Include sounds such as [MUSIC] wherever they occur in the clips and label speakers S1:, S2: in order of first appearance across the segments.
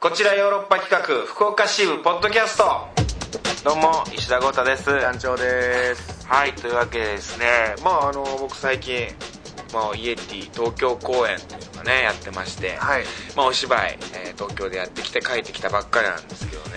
S1: こちらヨーロッパ企画福岡支部ポッドキャストどうも石田豪太です
S2: 団長です
S1: はいというわけでですねまああの僕最近、まあ、イエティ東京公演っていうのがねやってまして、
S2: はい
S1: まあ、お芝居、えー東京でやってきて帰ってきたばっかりなんですけどね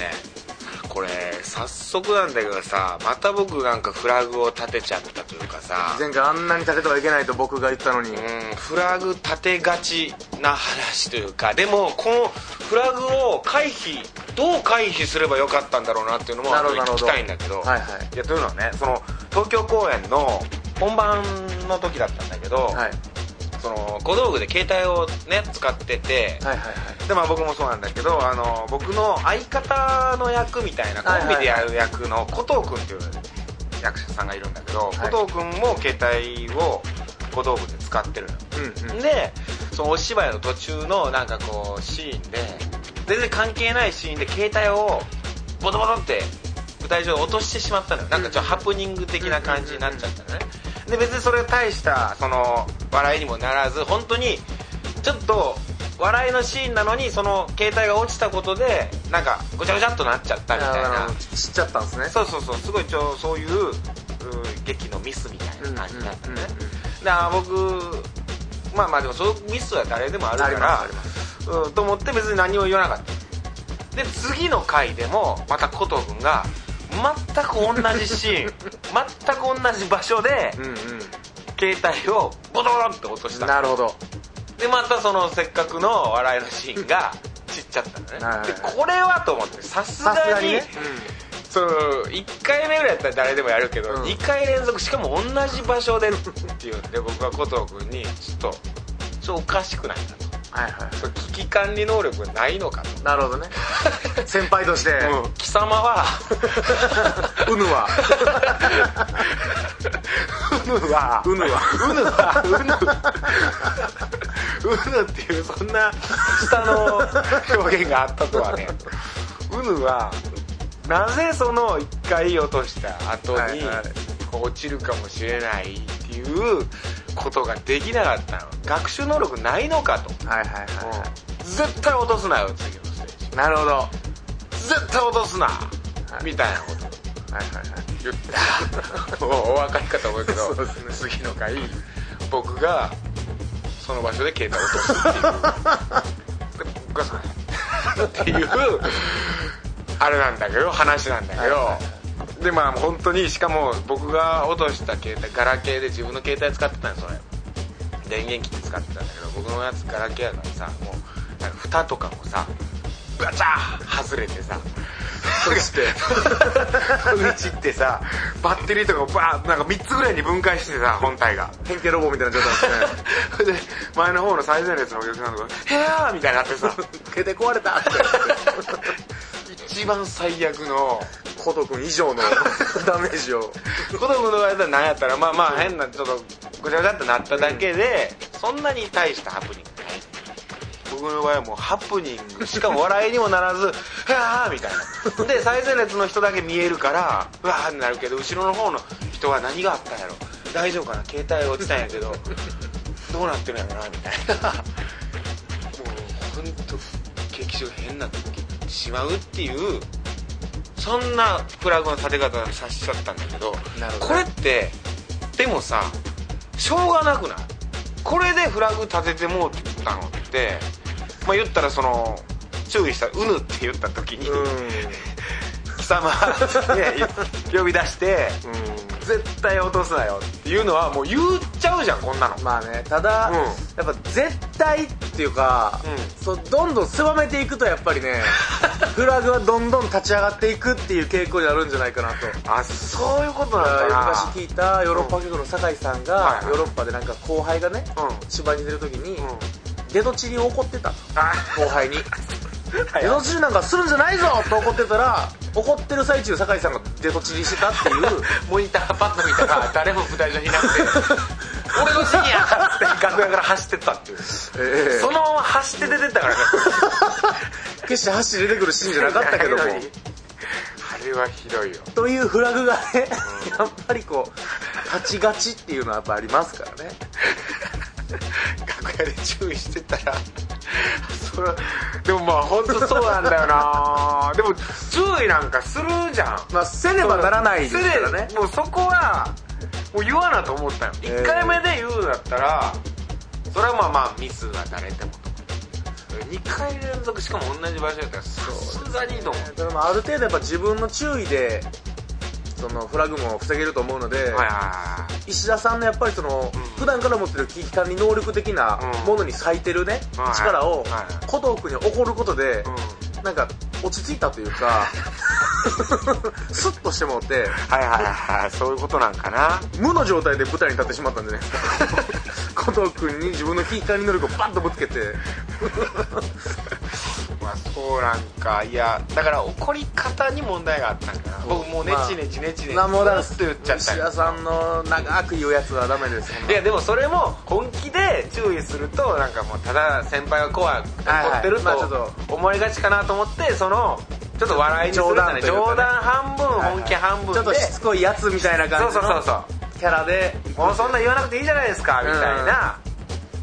S1: これ早速なんだけどさまた僕なんかフラグを立てちゃったというかさ
S2: 前回あんなに立ててはいけないと僕が言ったのに
S1: うんフラグ立てがちな話というかでもこのフラグを回避どう回避すればよかったんだろうなっていうのも
S2: なるほど
S1: 後で聞きたいんだけど
S2: はいはい
S1: いやというのはねその東京公演の本番の時だったんだけど、
S2: はい
S1: その小道具で携帯をね使ってて、
S2: はいはい
S1: でまあ、僕もそうなんだけどあの僕の相方の役みたいなコ
S2: はいはい
S1: ンビでやる役の古藤君っていう役者さんがいるんだけど、
S2: い
S1: 古藤君も携帯を小道具で使ってるの、
S2: うんうん
S1: でそのお芝居の途中のなんかこうシーンで全然関係ないシーンで携帯をボトボトって舞台上で落としてしまったのよなんかちょっとハプニング的な感じになっちゃったのねで別にそれ大したその笑いにもならず本当にちょっと笑いのシーンなのにその携帯が落ちたことでなんかごちゃごちゃっとなっちゃったみたい
S2: あ
S1: な
S2: の知っちゃったんですね
S1: そうそうそうすごいちょそういううん劇のミスみたいな感じだったのね、
S2: うんうんうん
S1: であー僕まあまあでもそういうミスは誰でもあるか
S2: あります
S1: ら
S2: ありま
S1: うんと思って別に何も言わなかったで次の回でもまた古藤君が全く同じシ
S2: [LAUGHS]
S1: ーン全く同じ場所で
S2: うん
S1: 携帯をボトボトって落とし
S2: うん
S1: た
S2: なるほど
S1: でまたそのせっかくの笑いのシーンが散っちゃったのね
S2: はいはいはい
S1: でこれはと思ってさすが
S2: さすがに
S1: に
S2: ね
S1: そう1回目ぐらいやったら誰でもやるけど、
S2: うん
S1: 2回連続しかも同じ場所でっていうんで僕は古藤君にちょっとちょっとおかしくないかと
S2: はいは
S1: それ危機管理能力がないのかと、
S2: いなるほど [LAUGHS] ね先輩として
S1: うん貴様は
S2: うぬは
S1: [LAUGHS] うぬは
S2: うぬ
S1: う
S2: は
S1: ぬはうぬうぬっていうそんな下の表現があったとはねうぬはなぜその1回落とした後に、
S2: はいはい
S1: こう落ちるかもしれないっていうことができなかったの学習能力ないのかと、
S2: はいはいは
S1: 絶対落とすなよ次のステージ
S2: いなるほどは
S1: 絶対落とすな、
S2: い
S1: みたいなこと
S2: いはいはい
S1: 言ったも [LAUGHS] うお分かりかと思うけど
S2: そうです
S1: 次の回僕がその場所で携帯を落とすっていうで僕がさっていうあれなんだけど話なんだけど、
S2: はいは
S1: でまあ本当にしかも僕が落とした携帯ガラケーで自分の携帯使ってたんそれ電源切って使ってたんだけど僕のやつガラケーやからさもうなんか蓋とかもさガチャー外れてさ [LAUGHS]
S2: そして
S1: 飛び散ってさバッテリーとかバーなんか3つぐらいに分解してさ本体が
S2: 変形ロボみたいな状態ですね
S1: で前の方の最前列のお客さんとか「へやー!」みたいになって
S2: [LAUGHS]
S1: さ
S2: 携帯壊れたって
S1: 一番最悪の
S2: [LAUGHS] コト君以上のダメージを
S1: 子供の場合だったら何やったらまあまあ変なちょっとごちゃごちゃってなっただけで、そんなに大したハプニングない僕の場合はもうハプニングしかも笑いにもならず [LAUGHS] 「はあ」みたいなで最前列の人だけ見えるからうわーってなるけど後ろの方の人は何があったんやろ大丈夫かな携帯落ちたんやけどどうなってるんやろなみたいなもう本当劇場変な時になってしまうっていうそんなフラグの立て方させちゃったんだけど
S2: なるほど
S1: これってでもさしょうがなくないこれでフラグ立ててもうたのってまあ言ったらその注意した「うぬ」って言った時に
S2: う
S1: 「貴様」って呼び出して
S2: んう
S1: 「
S2: ん
S1: 絶対落とすなよ」っていうのはもう言っちゃうじゃんこんなの
S2: まあねただ、
S1: うん
S2: やっぱ絶対っていうか、
S1: う
S2: そうどんどん狭めていくとやっ
S1: [LAUGHS]
S2: ぱりねフラグはどんどん立ち上がっていくっていう傾向になるんじゃないかなと
S1: あそういうことなんだな
S2: 昔聞いたヨーロッパ局の酒井さん
S1: はい
S2: が、
S1: はい
S2: ヨーロッパでなんか後輩がね
S1: うん
S2: 芝居に出る時に、
S1: うん
S2: 出どちりを怒ってたと
S1: あ
S2: 後輩
S1: [LAUGHS]
S2: に出
S1: よ
S2: どちりなんかするんじゃないぞと怒ってたら怒ってる最中酒井さんが出どちりしてたっていう
S1: [LAUGHS] モニターパッと見た [LAUGHS] ら誰も舞台上にいなくて「俺のシーンや!」 [LAUGHS] っつって楽屋から走ってったっていう
S2: ええ
S1: そのまま走って出てったからね
S2: 決して箸出てくるシーンじゃなかったけど
S1: [LAUGHS]
S2: も
S1: あれはひどいよ
S2: というフラグがね、 [LAUGHS] やっぱりこう、立ちがちっていうのはやっぱありますからね。
S1: 楽屋で注意してたら [LAUGHS] それはでもまあ本当そうなんだよ [LAUGHS] なでも注意なんかするじゃん
S2: まあせねばならないですからね
S1: それでもうそこはもう言わなと思ったよ、一
S2: えー
S1: 1回目で言うんだったらそれはまあまあミスは誰でもとか2回連続しかも同じ場所やったらさすがにと思う
S2: でもある程度やっぱ自分の注意でそのフラグも防げると思うので、
S1: はいは
S2: 石田さんのやっぱりその、
S1: うん
S2: 普段から持ってる危機管理能力的な
S1: うん
S2: ものに咲いてるね、
S1: はい
S2: 力を
S1: はい
S2: 孤独に起こることで
S1: い、はい、うん
S2: なんか落ち着いたとい
S1: [LAUGHS]
S2: うかスッとしてもらって
S1: はいはいはいはいそういうことなんかな
S2: 無の状態で舞台に立ってしま [LAUGHS] ったんじゃないですか孤独に自分の危機管理能力をバッとぶつけて
S1: まあそうなんかいやだから怒り方に問題があったんかな僕もうね
S2: まあ
S1: ちねちねちねち
S2: 何もだ
S1: スッと言っちゃった
S2: 石
S1: り
S2: 田さんの長く言うやつはダメです
S1: いやでもそれも本気で注意するとなんかもうただ先輩が怖い
S2: はい
S1: 怒ってる
S2: まあちょっ
S1: と思いがちかなと思ってそのちょっと笑いにするため
S2: 冗談というかね
S1: 冗談半分
S2: はいはい
S1: 本気半分
S2: ちょっと
S1: で
S2: しつこいやつみたいな
S1: そ
S2: 感
S1: うそ
S2: じ
S1: うそう
S2: の
S1: そ
S2: キャラで
S1: うもうそんな言わなくていいじゃないですかみたいな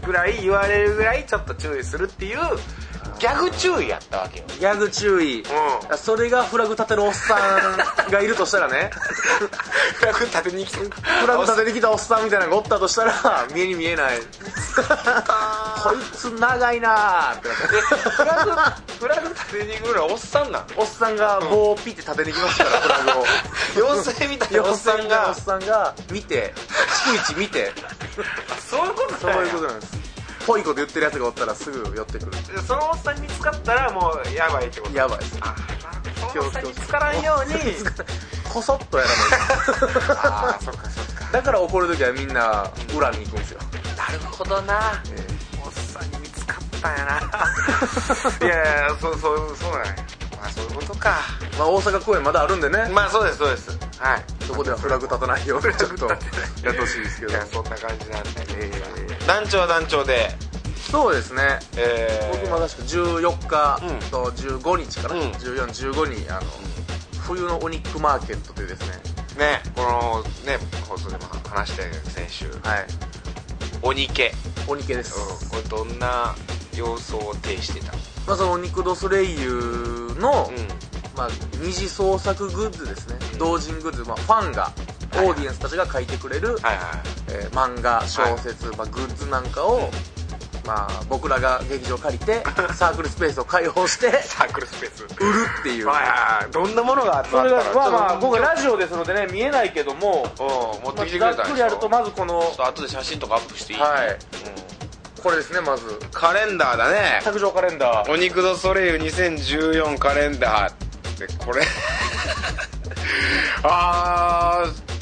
S1: ぐらい言われるぐらいちょっと注意するっていうギャグ注意やった
S2: [LAUGHS]
S1: わけよ
S2: ギャグ注意、
S1: う
S2: それがフラグ立てのおっさんがいるとしたら [LAUGHS] ね
S1: フラグ立てに来て
S2: フラグ立ててきたおっさんみたいなのがおったとしたら [LAUGHS] 目に見えないこいつ長いなーってなって
S1: で
S2: [LAUGHS]
S1: フラグフラグ立てに来るのはおっさんなの
S2: おっさんが棒をピッて立てにきましたから、フラグを
S1: [LAUGHS] 妖精みたいなおっさん
S2: お
S1: が
S2: っさんが見て逐一見て
S1: そういうこと
S2: そう
S1: だよ
S2: いうことなんですぽいこと言ってるやつがおったらすぐ寄ってくる
S1: そのおっさんに見つかったらもうやばいってこと
S2: やばいです
S1: あそのおっさんに見つからんように
S2: こそっとやらないと
S1: ああそっかそっか
S2: [LAUGHS] だから怒るときはみんな裏に行くんですよ、
S1: なるほどな
S2: えー
S1: おっさんに見つかったん [LAUGHS] やないやいやそうそうそうなんやまあそういうことか
S2: まあ、大阪公演まだあるんでね、
S1: まあそうですそうですはい
S2: そこではフラグ立たないようにちょっとやっ
S1: 立てない
S2: てほしいですけ
S1: い
S2: ど
S1: やそんな感じなんだけど
S2: えー
S1: 団長は団長で
S2: そうですね
S1: えー
S2: 僕も確か14日と15日かな、
S1: うん
S2: 1415にあの冬のお肉マーケットというですね
S1: ねこのね放送でも話したように先週
S2: はい
S1: 鬼系、
S2: お肉です、
S1: これどんな様相を呈してた
S2: まあ、そのお肉ドスレイユの、
S1: うん
S2: まあ、二次創作グッズですね、
S1: うん
S2: 同人グッズ、まあ、ファンが
S1: いはい
S2: オーディエンスたちが書いてくれ
S1: は
S2: る、
S1: いは
S2: えー漫画小説、まあ、グッズなんかを、まあ、僕らが劇場借り [LAUGHS] てサークルスペースを開放 [LAUGHS] して
S1: いサークルスペース
S2: 売るっていう
S1: まあどんなものが集
S2: そ
S1: まっ
S2: れ
S1: たの
S2: がまあまあ
S1: ちょっ
S2: 僕ラジオですのでね見えないけども
S1: とうん持ってきてく
S2: ざ
S1: れ
S2: った
S1: ん
S2: く
S1: で
S2: り
S1: しょ
S2: やるとまずこの
S1: ちょっと後で写真とかアップしていい、
S2: はい
S1: うん
S2: これですねまず
S1: カレンダーだね
S2: 卓上カレンダー
S1: お肉ドソレイユ2014カレンダーでこれあー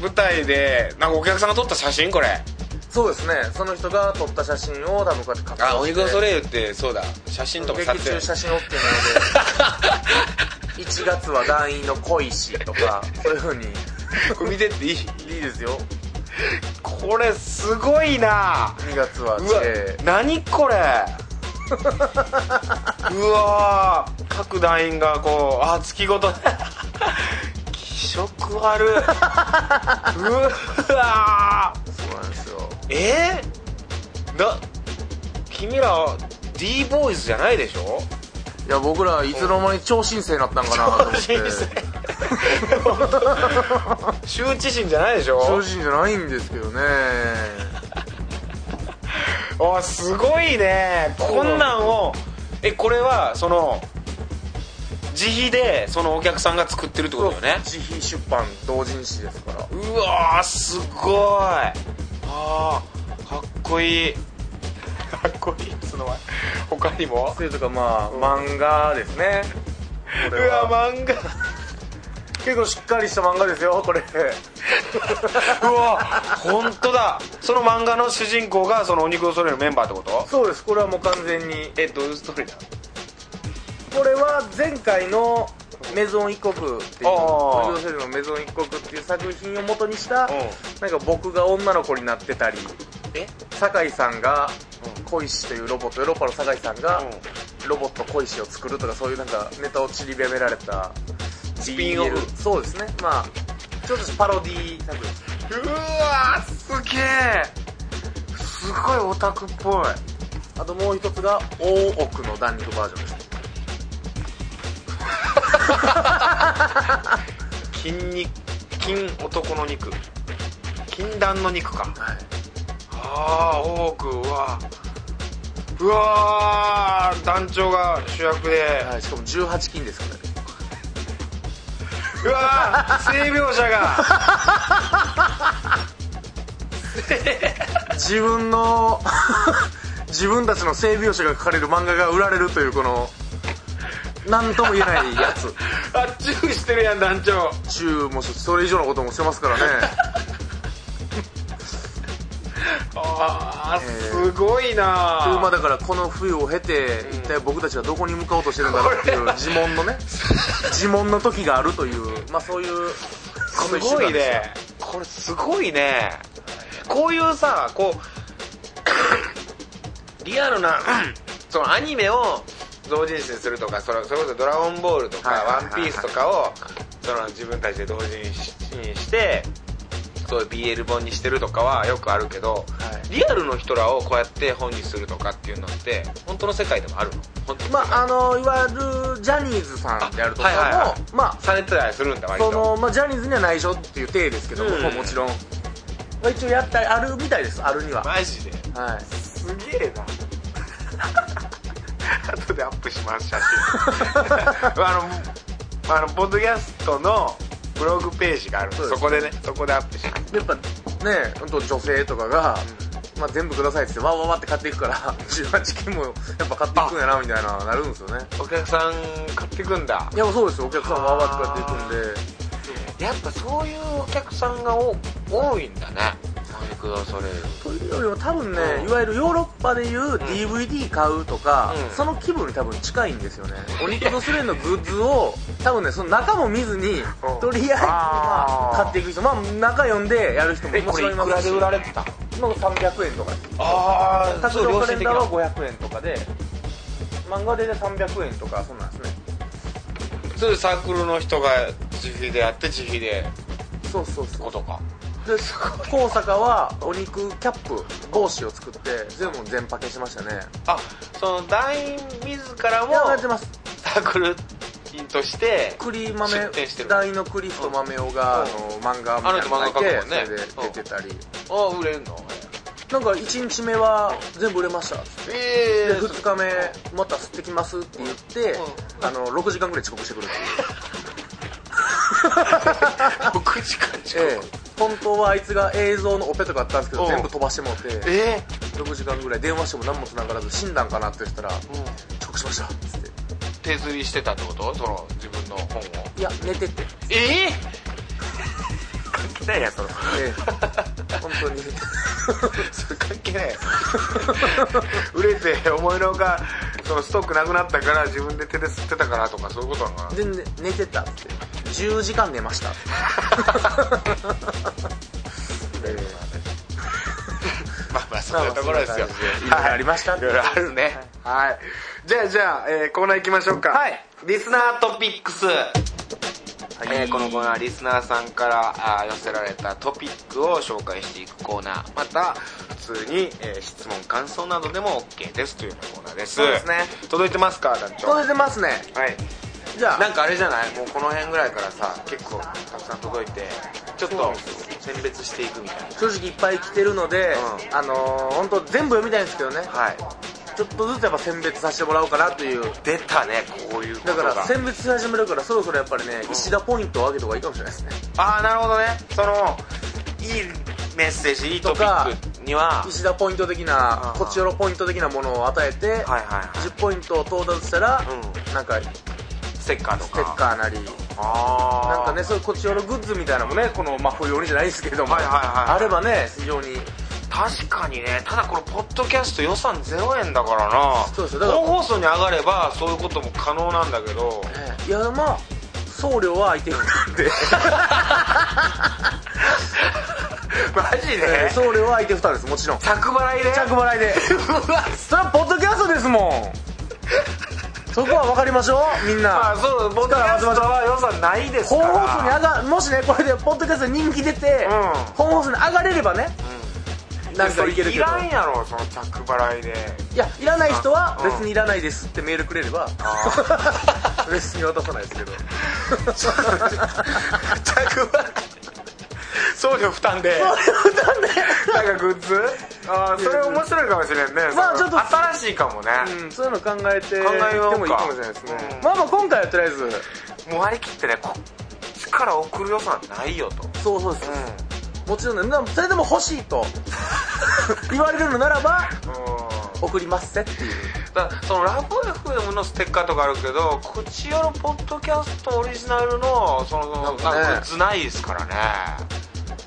S1: 舞台でなんかお客さんが撮った写真これ
S2: そうですねその人が撮った写真を多分こうやって加工して
S1: あお肉ドソレイユってそうだ写真とか撮
S2: 劇
S1: 影
S2: 中写真 OK [LAUGHS] なので1月は団員の恋しとかそういうふうに
S1: これ見てっていい
S2: いいですよ
S1: これすごいな
S2: 2月は
S1: うわ
S2: J
S1: 何こ [LAUGHS] れうわー各団員がこうあ月ごと気色悪いうわー
S2: そうなんですよ
S1: えー、な君ら d ボーイズじゃないでしょ
S2: いや僕らいつの間に超新星になったんかなと思って
S1: 超新 [LAUGHS] 星羞恥心じゃないでし [LAUGHS]
S2: 超
S1: ょ
S2: 新星じゃないんですけどね
S1: あすごいねこんなんをえこれはその自費でそのお客さんが作ってるってことだよね
S2: 自費出版同人誌ですから
S1: うわーすごいあーかっこいいかっこいいっつうのは他にも
S2: というかまあ、漫画ですね
S1: う
S2: これは
S1: わ漫画
S2: 結構しっかりした漫画ですよこれ
S1: うわ本当だその漫画の主人公がそのお肉をそれるメンバーってこと
S2: そうですこれはもう完全に
S1: えどういうストーリーだ
S2: これは前回のメゾン一国っていう
S1: あー
S2: 森戸ルのメゾン一国っていう作品を元にした
S1: うん
S2: なんか僕が女の子になってたり
S1: え
S2: 酒井さんが
S1: うん
S2: 恋しというロボットヨーロッパの酒井さんがロボット恋しを作るとかそういうなんかネタを散りばめられた
S1: スピンオフ
S2: BL そうですねまあちょっとパロディー作品
S1: うわすげえすごいオタクっぽい
S2: あともう一つが大奥の弾力バージョンです
S1: 筋肉筋男の肉禁断の肉か
S2: はい
S1: ああ多くうわうわー団長が主役で、
S2: はい、しかも18金ですからね
S1: うわー性描写 [LAUGHS] が
S2: 自分の [LAUGHS] 自分たちの性描写が書かれる漫画が売られるというこの何とも言えないやつ
S1: あっちゅうしてるやん団長
S2: 中もそれ以上のこともしてますからね
S1: ああ
S2: えー
S1: すごいな
S2: というまあだからこの冬を経て一体僕たちはどこに向かおうとしてるんだろうっていう自問のね自問の時があるというまあそういうこ
S1: す
S2: の一週
S1: ご
S2: 間
S1: い
S2: でした
S1: ねこれすごいねこういうさこう [COUGHS] リアルなそのアニメを同人誌にするとかそれそれこそ「ドラゴンボール」とか
S2: はいはいはい
S1: 「ワンピース」とかをその自分たちで同人誌にしてそういう BL 本にしてるとかはよくあるけど、
S2: はい
S1: リアルの人らをこうやって本にするとかっていうのって本当の世界でもあるの本当
S2: まああのいわゆるジャニーズさんであるとかも、
S1: あはいはいは
S2: まあ
S1: されてたりするんだ割
S2: そ
S1: と
S2: の、まあ、ジャニーズには内緒っていう体ですけども、
S1: うん
S2: まあもちろん、まあ、一応やったりあるみたいですあるには、
S1: マジで
S2: はい
S1: すげえな後でアップします写真 [LAUGHS] あのあのポッドキャストのブログページがあるんで
S2: そう
S1: そ
S2: です
S1: こでねそこでアップします
S2: やっぱね本当女性とかが、まあ、全部くださいっつってわわわって買っていくから18金もやっぱ買っていくんやなみたいななるんですよね
S1: お客さん買ってくんだ
S2: いやそうですよお客さんわわって買っていくんで
S1: やっぱそういうお客さんがお多いんだねマイクロそれ
S2: というよりも多分ね、
S1: うん
S2: いわゆるヨーロッパでいう DVD 買うとか、
S1: うん
S2: その気分に多分近いんですよね、お肉とスレンのグッズを多分ねその中も見ずに、
S1: ん
S2: とりあえず、
S1: あ
S2: まあ
S1: ー
S2: 買っていく人まあ中読んでやる人ももちろんいますし
S1: れてた
S2: まあ300円とか
S1: ああ
S2: 卓上カレンダーは500円とかで漫画で300円とかそんなんですね
S1: それサークルの人が自費でやって自費で
S2: そうそうそう
S1: ことか
S2: で高坂はお肉キャップ帽子を作って全部全パケしましたね
S1: あその団員自ら
S2: いやや
S1: も
S2: ってます
S1: サークル員として
S2: 栗豆
S1: 出店してる
S2: 大のクリフト豆男が、
S1: うん
S2: あの漫画みたいな
S1: あの
S2: の書いて
S1: 人漫画描くもんね
S2: それで出てたり、
S1: あ売れるの
S2: なんか1日目は全部売れました
S1: ええ
S2: で2日目また吸ってきますって言って、
S1: うん
S2: あの6時間ぐらい遅刻してくるっていう
S1: 6時間近
S2: ええ
S1: [LAUGHS] く
S2: 本当はあいつが映像のオペとかあったんですけ
S1: う
S2: ど
S1: ん
S2: 全部飛ばしてもらって
S1: え
S2: 6時間ぐらい電話しても何も繋がらず死んだんかなって言ったら
S1: えうん
S2: 遅刻しましたっつって
S1: 手釣りしてたってことその自分の本を
S2: いや寝てて
S1: ええ何やその
S2: ええ本当に
S1: それ関係ない売れて思いのほかそのストックなくなったから自分で手で吸ってたからとかそういうことなのかな
S2: [LAUGHS] 全然寝てたっつって10時間寝ましたっつって
S1: ええまあまあそういうところですよ
S2: いろいろありました
S1: いろいろあるねはいじゃあじゃあ、えーコーナー行きましょうか
S2: はい
S1: リスナートピックス、えーこのコーナーはリスナーさんからあー寄せられたトピックを紹介していくコーナーまた普通に、えー質問感想などでも OK ですというようなコーナーです
S2: そうですね
S1: 届いてますか団長
S2: 届いてますね
S1: はい
S2: じゃあ
S1: なんかあれじゃないもうこの辺ぐらいからさ結構たくさん届いてちょっと選別していくみたいな
S2: 正直いっぱい来てるので、
S1: うん
S2: あのー、本当全部読みたいんですけどね
S1: はい
S2: ちょっとずつやっぱ選別させてもらおうかなという
S1: 出たねこういうこ
S2: だ
S1: と
S2: か
S1: が
S2: ら選別し始めるからそろそろやっぱりね、
S1: ん
S2: 石田ポイントを上げた方がいいかもしれないですね
S1: ああなるほどねそのいいメッセージいいトピックには
S2: 石田ポイント的な
S1: うん
S2: こっちよろポイント的なものを与えて、
S1: はいはい
S2: 10ポイントを到達したら、
S1: う
S2: なんかス
S1: ステッカーとか
S2: テッカーなり
S1: ああ
S2: なんかねそういうこっちよろグッズみたいなのもねこのまあ冬用にじゃないですけども、
S1: はいはいはい
S2: あればね非常に
S1: 確かにねただこれポッドキャスト予算0円だからな
S2: そうですよだから
S1: 本放送に上がればそういうことも可能なんだけ
S2: [LAUGHS]
S1: ど
S2: いやまあ送料は相手に負って、
S1: マジ
S2: [LAUGHS] え
S1: で
S2: ー送料は相手負担ですもちろん
S1: 着払いで
S2: 着払いで
S1: うわ
S2: それはポッドキャストですもんそこは分かりましょうみん
S1: まあ
S2: な
S1: そうポッドキャストは予算ないですか
S2: 本
S1: ら
S2: 放送に上がもしねこれでポッドキャスト人気出て、
S1: うん
S2: 本放送に上がれればね、なんかいけるけど
S1: いらんやろその着払いで
S2: いやいらない人は別にいらないですってメールくれれば
S1: あ
S2: 別に渡さないです [LAUGHS] けど
S1: 全く送料負担でなんかグッズあーそれ面白いかもしれんね
S2: まあ
S1: その
S2: ちょっと
S1: 新しいかもね、
S2: うん、そういうの考えて
S1: 考えようか
S2: でもいいかもしれないですね、
S1: うん
S2: まあまあ今回はとりあえず
S1: もう割り切ってねこっちから送る予算ないよと
S2: そうそうです、もちろんねでもそれでも欲しい [LAUGHS] と言われるのならば
S1: うん
S2: 送りますせっていう
S1: だからそのラブ FM のステッカーとかあるけどこっち用のポッドキャストオリジナルのそのなん
S2: かね
S1: かグッズないですからね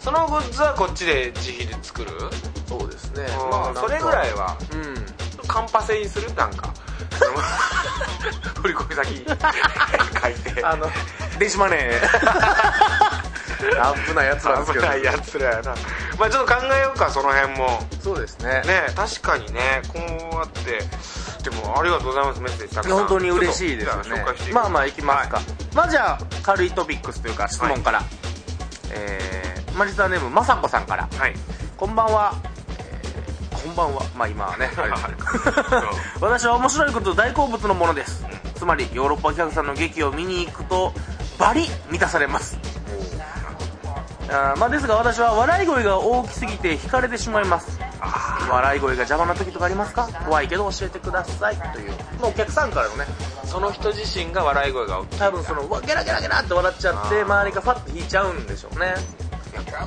S1: そのグッズはこっちで自費で作る、
S2: そうですね
S1: まあ、それぐらいは
S2: うん
S1: カンパセにするなん
S2: [LAUGHS]
S1: か [LAUGHS] 振り込み先に書いて
S2: あの電子マネー [LAUGHS] 危ないやつなんですけ
S1: 危
S2: ど
S1: ないやつらやなまあちょっと考えようかその辺も
S2: そうですね
S1: ね確かにねこうあってでもありがとうございますメッセージたくさ
S2: いや
S1: ん
S2: 本当に嬉しいですよ
S1: ちょっとじゃあ紹
S2: ね
S1: 介していく
S2: まあまあいきますか、まあじゃあ軽いトピックスというか質問から、えー、マリスターネームまさこさんから
S1: はい
S2: こんばんは、えーこんばんはまあ
S1: [LAUGHS]
S2: 今はねあれですけど私は面白いこと大好物のものですつまりヨーロッパ客さんの劇を見に行くとバリ満たされますあーまあですが私は笑い声が大きすぎて惹かれてしまいます笑い声が邪魔な時とかありますか怖いけど教えてくださいというもうお客さんからのね
S1: その人自身が笑い声が大きい
S2: 多分そのわゲラゲラゲラって笑っちゃって
S1: あー
S2: 周りがファッと引いちゃうんでしょ [LAUGHS] うね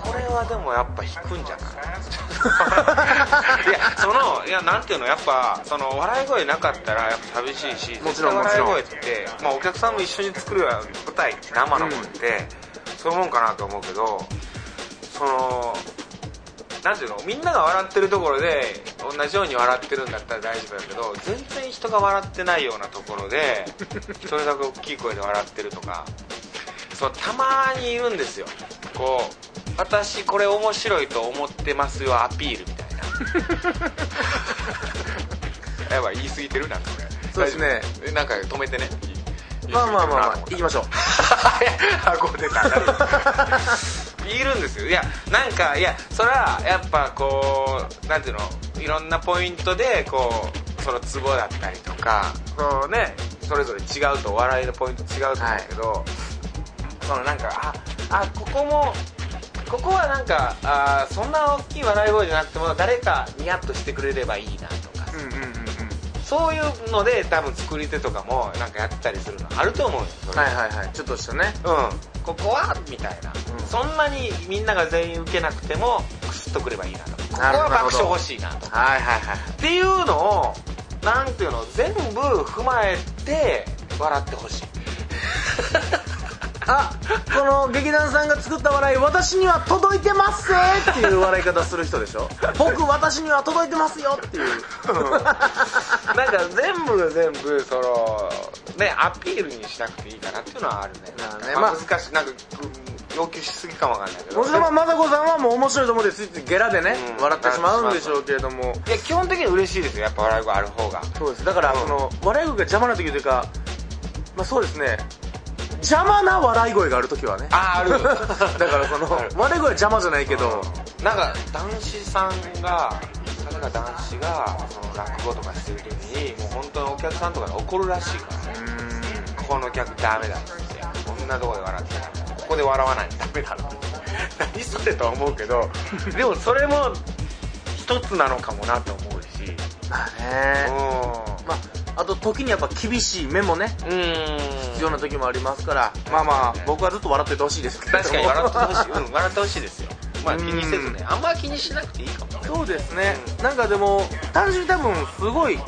S1: これはでもやっぱ引くんじゃないいやそのいやなんていうのやっぱその笑い声なかったらやっぱ寂しいし
S2: もち
S1: 絶対
S2: ろんもちろん
S1: 笑い声って、まあ、お客さんも一緒に作る舞台生のもんって、そういうもんかなと思うけどそのなんていうのみんなが笑ってるところで同じように笑ってるんだったら大丈夫だけど全然人が笑ってないようなところでそれだけ大きい声で笑ってるとかそうたまにいるんですよこう私これ面白いと思ってますよアピールみたい
S2: [LAUGHS]
S1: なやばい言い過ぎてるなんかこれ
S2: そうですね
S1: 大丈夫なんか止めてね
S2: まあまあまあまあ
S1: 言い過ぎてるなと思った
S2: 行きま [LAUGHS] しょう
S1: [LAUGHS] あこう出たなるほどいるんですよいやなんかいやそれはやっぱこうなんていうのいろんなポイントでこうそのツボだったりとかそのねそれぞれ違うとお笑いのポイント違うと思うけど、そのなんかああここもここはなんかあーそんな大きい笑い声じゃなくても誰かニヤッとしてくれればいいなとか
S2: うんうんうんうん
S1: そういうので多分作り手とかもなんかやったりするのあると思うよそれ
S2: はいはいはいちょっとしたね
S1: うん、ここはみたいな、
S2: うん
S1: そんなにみんなが全員受けなくてもクスッとくればいいなとここ
S2: なるほ
S1: は
S2: ど
S1: 爆笑欲しいなとっ
S2: はいはいはい
S1: ていうのをなんていうの全部踏まえて笑ってほしい
S2: あこの劇団さんが作った笑い私には届いてますぜっていう笑い方する人でしょ [LAUGHS] 僕私には届いてますよっていう
S1: [LAUGHS] なんか全部が全部そのねアピールにしなくていいかなっていうのはあるね
S2: まあね
S1: まあ
S2: まあ
S1: 難しいなんかうん要求しすぎかもわかんないけど
S2: [LAUGHS] もちろんまあまさこさんはもう面白いと思ってついついゲラでね、
S1: うん
S2: 笑ってしまうんでしょうけれども
S1: いや基本的に嬉しいですよやっぱ笑い声ある方が
S2: そうですだから
S1: うん
S2: その笑い声が邪魔な時というかまあそうですね邪魔な笑い声がある時はね
S1: ああ [LAUGHS] る
S2: だからその
S1: あ
S2: 笑
S1: る
S2: い声は邪魔じゃないけど、
S1: なんか男子さんが例えば男子がその落語とかしてる時にもう本当にお客さんとかに怒るらしいから、ね、ここの客ダメだってこんなとこで笑ってたらここで笑わないとダメだろ [LAUGHS] って何それとは思うけどでもそれも一つなのかもなと思うし
S2: まあね
S1: う
S2: まああと時にやっぱ厳しい目もね
S1: んうん
S2: 必要な時もありますから、まあまあ僕はずっと笑っててほしいですけど
S1: 確かに笑って
S2: [LAUGHS]
S1: ほしい、うん、笑ってほしいですよまあ気にせずね
S2: う
S1: あんま気にしなくていいかもね
S2: そうですね、なんかでも単純に多分すごい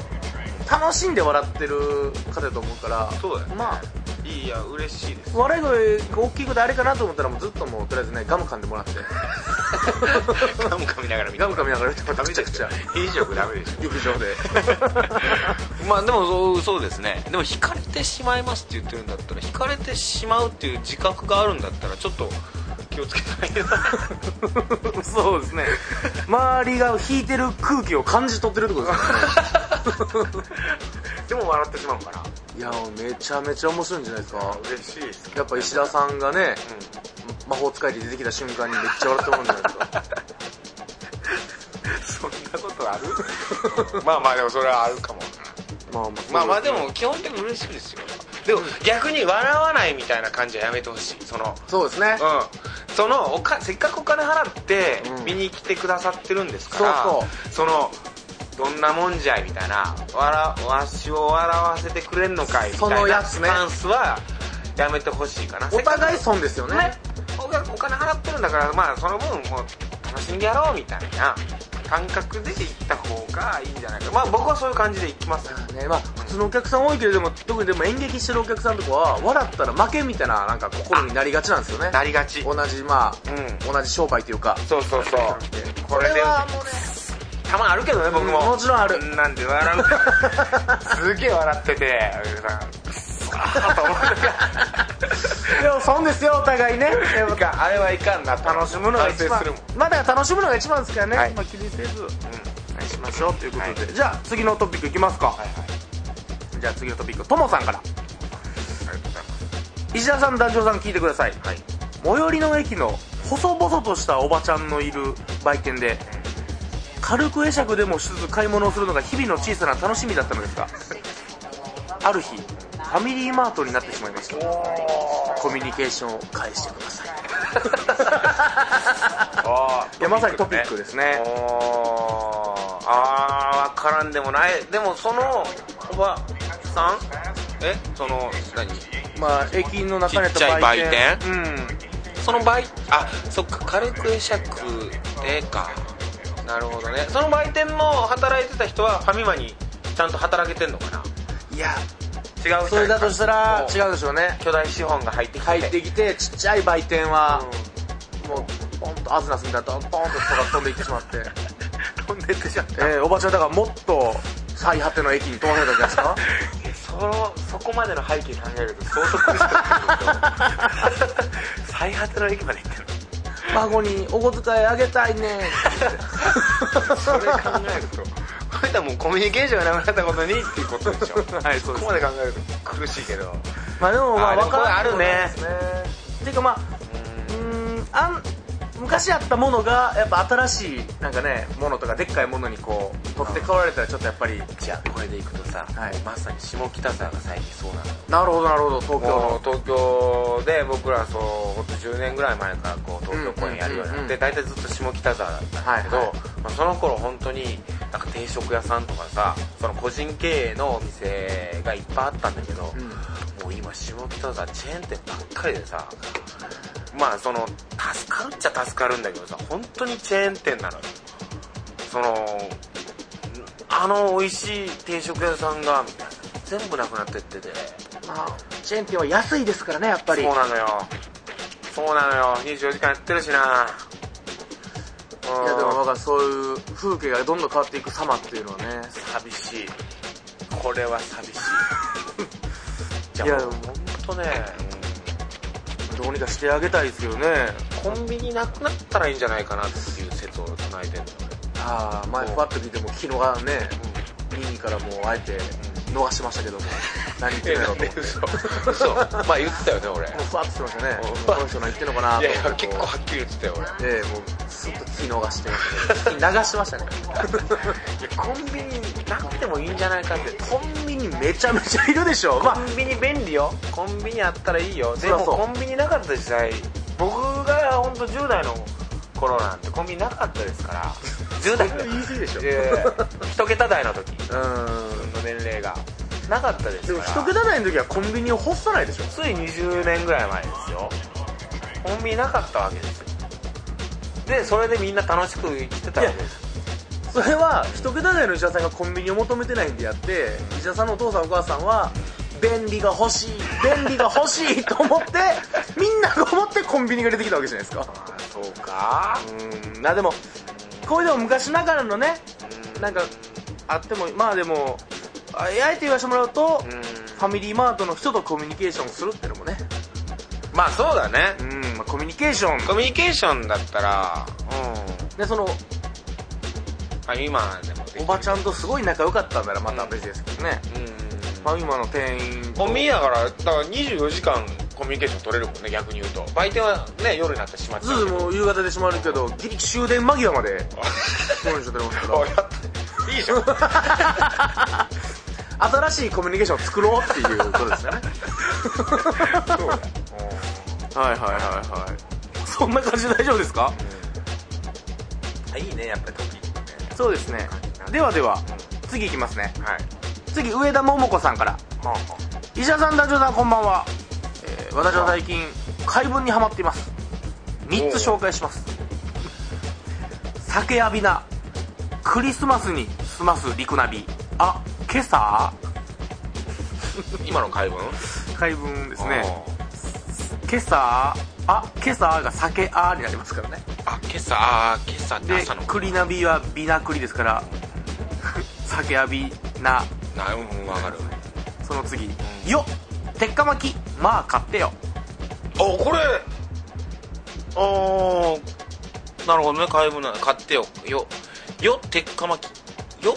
S2: 楽しんで笑ってる方だと思うから
S1: そうだよね
S2: まあ
S1: いいや嬉しいです
S2: 笑い声が大きいことあれかなと思ったらもうずっともうとりあえずねガム噛んでも
S1: [LAUGHS]
S2: らって
S1: ガム噛みながら見て
S2: ガム噛みながらめちゃくちゃ
S1: 飲食ダメでし
S2: 浴場で
S1: ょまあでもそうそうですねでも惹かれてしまいますって言ってるんだったら惹かれてしまうっていう自覚があるんだったらちょっと気をつけたいな
S2: そうですね [LAUGHS] 周りが引いてる空気を感じ取ってるってことですからね
S1: でも笑ってしまうから
S2: [LAUGHS] いやもうめちゃめちゃ面白いんじゃないですか
S1: 嬉しいです
S2: やっぱ石田さんがね、魔法使いで出てきた瞬間にめっちゃ笑ってもらうんじゃないですか
S1: そんなことことあるまあまあでもそれはあるかも
S2: [LAUGHS] まあまあ
S1: まあまあでも基本的に嬉しいですよでも逆に笑わないみたいな感じはやめてほしいその
S2: そうですね、
S1: うん、そのおかせっかくお金払って
S2: うん
S1: 見に来てくださってるんですから、
S2: そう
S1: そのどんなもんじゃいみたいなわらわしを笑わせてくれんのかいみた
S2: そ
S1: い
S2: のや
S1: な
S2: つ
S1: ス
S2: ね
S1: タンスはやめてほしいかな
S2: お互い
S1: せっ
S2: 損ですよ
S1: かく
S2: ね
S1: ねお金お金払ってるんだからまあその分もう楽しんでやろうみたいな感覚で行った方がいいんじゃないかまあ僕はそういう感じで行きますよ
S2: ねまあ、普通のお客さん多いけれども特にでも演劇してるお客さんとかは笑ったら負けみたいななんか心になりがちなんですよね
S1: なりがち
S2: 同じま
S1: う
S2: あ、
S1: ん
S2: 同じ商売というか
S1: そうそうそうこれでたまにあるけどね僕も、
S2: うんもちろんある
S1: こんなんで笑うからすげえ笑っててなんかくっそーと思って
S2: でも損ですよお互い [LAUGHS] ね
S1: たなんかあれはいかんなと
S2: 楽しむのが一
S1: 反省
S2: 番
S1: するもん
S2: まだ楽しむのが一番ですからね、
S1: はい
S2: まあ、気にせず
S1: うん
S2: はいしましょうということで、
S1: は
S2: じゃあ次のトピックいきますか、
S1: はいはい
S2: じゃあ次のトピックともさんから
S1: ありがとうございます
S2: 石田さん団長さん聞いてください
S1: はい
S2: 最寄りの駅の細々としたおばちゃんのいる売店で軽く会釈でもしつつ買い物をするのが日々の小さな楽しみだったのですがある日ファミリーマートになってしまいましたコミュニケーションを返してくだ
S1: [LAUGHS]
S2: さい
S1: あ
S2: いやまさにトピックですね
S1: おーあー分からんでもないでもそのおばさんえその何
S2: まあ駅の中にあ
S1: ちっちゃい売店
S2: うん
S1: その売あそっか軽く会釈でかなるほどねその売店の働いてた人はファミマにちゃんと働けてんのかない
S2: や
S1: 違う人
S2: それだとしたら違
S1: う
S2: うでしょうね
S1: 巨大資本が入ってきて
S2: 入ってきてちっちゃい売店は、もうポンとアズナスみたいなポンと人が飛んでいってしまって
S1: 飛んでってしまっ
S2: [LAUGHS] えーおばちゃんだからもっと最果ての駅に飛ばされたんじゃないですか
S1: たそのそこまでの背景考えると相当苦しかった最果ての駅まで行ってる
S2: [LAUGHS] 孫にお小遣いあげたいね
S1: それ考えるとこれたらもうコミュニケーションがなくなったことにっていうことでしょ
S2: はいそう
S1: こ
S2: です
S1: こまで考えると苦しいけど
S2: [LAUGHS] まあでもまあ
S1: あーで
S2: 分
S1: も
S2: か
S1: これ
S2: ら
S1: あるね
S2: んでもないですねていうかまあうーんあん昔あったものがやっぱ新しいなんかねものとかでっかいものにこう取って代わられたらちょっとやっぱり
S1: じゃあこれでいくとさ、
S2: はい
S1: まさに下北沢が最近そうなの
S2: なるほどなるほど東京
S1: もう
S2: の
S1: 東京で僕らそうほんと10年ぐらい前からこう東京公演やるようにな
S2: うんう
S1: っ
S2: んう
S1: て
S2: んうん
S1: 大体ずっと下北沢だったんだけど、
S2: はいはい
S1: まあ、その頃本当になんか定食屋さんとかさその個人経営のお店がいっぱいあったんだけど、
S2: うん
S1: もう今下北沢チェーン店ばっかりでさまあその助かるっちゃ助かるんだけどさ本当にチェーン店なのよそのあの美味しい定食屋さんがみたいな全部なくなってってて
S2: まあチェーン店は安いですからねやっぱり
S1: そうなのよそうなのよ24時間やってるしない
S2: やでも
S1: う
S2: なん
S1: ん
S2: かそういう風景がどんどん変わっていく様っていうのはね
S1: 寂しいこれは寂 [LAUGHS] しいじ
S2: いや
S1: ゃあもう本当ね
S2: どうにかしてあげたいですけどね
S1: コンビニなくなったらいいんじゃないかなっていう説を唱えてんの
S2: ああ前
S1: そう
S2: パッと聞いても昨日がね耳からもうあえて逃しましたけ [LAUGHS] ども何言って
S1: え
S2: るんだろうと
S1: で
S2: 思って
S1: [LAUGHS] 嘘嘘まあ言ってたよね俺
S2: もうふわっとしてましたね
S1: うん
S2: この人何言ってんのかないと
S1: やい
S2: 思って
S1: や結構はっきり言ってたよ俺
S2: ええもうすっと聞き逃して聞き流しましたね [LAUGHS]
S1: いやコンビニなくてもいいんじゃないかって
S2: コンビニめちゃめちゃいるでしょま
S1: コンビニ便利よコンビニあったらいいよで
S2: そう
S1: も
S2: そう
S1: コンビニなかった時代僕が本当10代の頃なんてコンビニなかったです [LAUGHS] から10代
S2: 言い過ぎでしょ
S1: いやいや一桁台の時
S2: あうん
S1: の年齢がなかったですか
S2: でも
S1: ら
S2: 一桁台の時はコンビニを干さないでしょ
S1: つい20年ぐらい前ですよコンビニなかったわけですよでそれでみんな楽しく生きてたわけです
S2: それは一桁台の医者さんがコンビニを求めてないんであって医者さんのお父さんお母さんは便利が欲しい便利が欲しいと思って [LAUGHS] みんなが思ってコンビニが出てきたわけじゃないですか
S1: あそうか
S2: うんなでもこれでも昔ながらのねなんかあってもまあでもああえて言わせてもらうと
S1: うん
S2: ファミリーマートの人とコミュニケーションをするってのもね
S1: まあそうだね
S2: うん、まあ、コミュニケーション
S1: コミュニケーションだったらうん
S2: でその
S1: あ今でもできる
S2: おばちゃんとすごい仲良かったんならまた別ですけどね、
S1: うん
S2: ファミマの店員
S1: コ
S2: と
S1: ンビニだからだから24時間コミュニケーション取れるもんね逆に言うと売店はね夜になってしまっちゃ
S2: ず
S1: う
S2: ずもう夕方で閉まるけどギリ終電間際までそうでしょ取れます
S1: [LAUGHS]
S2: か
S1: あや
S2: ら
S1: っいいじゃん
S2: 新しいコミュニケーションを作ろうっていうことですかね
S1: そうだ
S2: はいはいはいはい [LAUGHS] そんな感じで大丈夫ですか
S1: あいいねやっぱりトピックね
S2: そうですねではでは次いきますね
S1: はい
S2: 次上田桃子さんから
S1: はあは
S2: 石田さん団長さんこんばんは、えー私は最近怪文にハマっています3つ紹介します酒浴びなクリスマスに済ますリクナビあ今朝
S1: あ今の解文
S2: 怪文ですね
S1: あー
S2: 今朝あ今朝が酒あになりますからね
S1: あ今朝あー今朝って
S2: で
S1: 朝の
S2: クリナビはビナクリですから [LAUGHS] 酒浴びな
S1: なうんうんわかる
S2: その次よ鉄火巻きまあ買ってよ
S1: おこれああなるほどね買い物な買ってよよよ鉄火巻きよ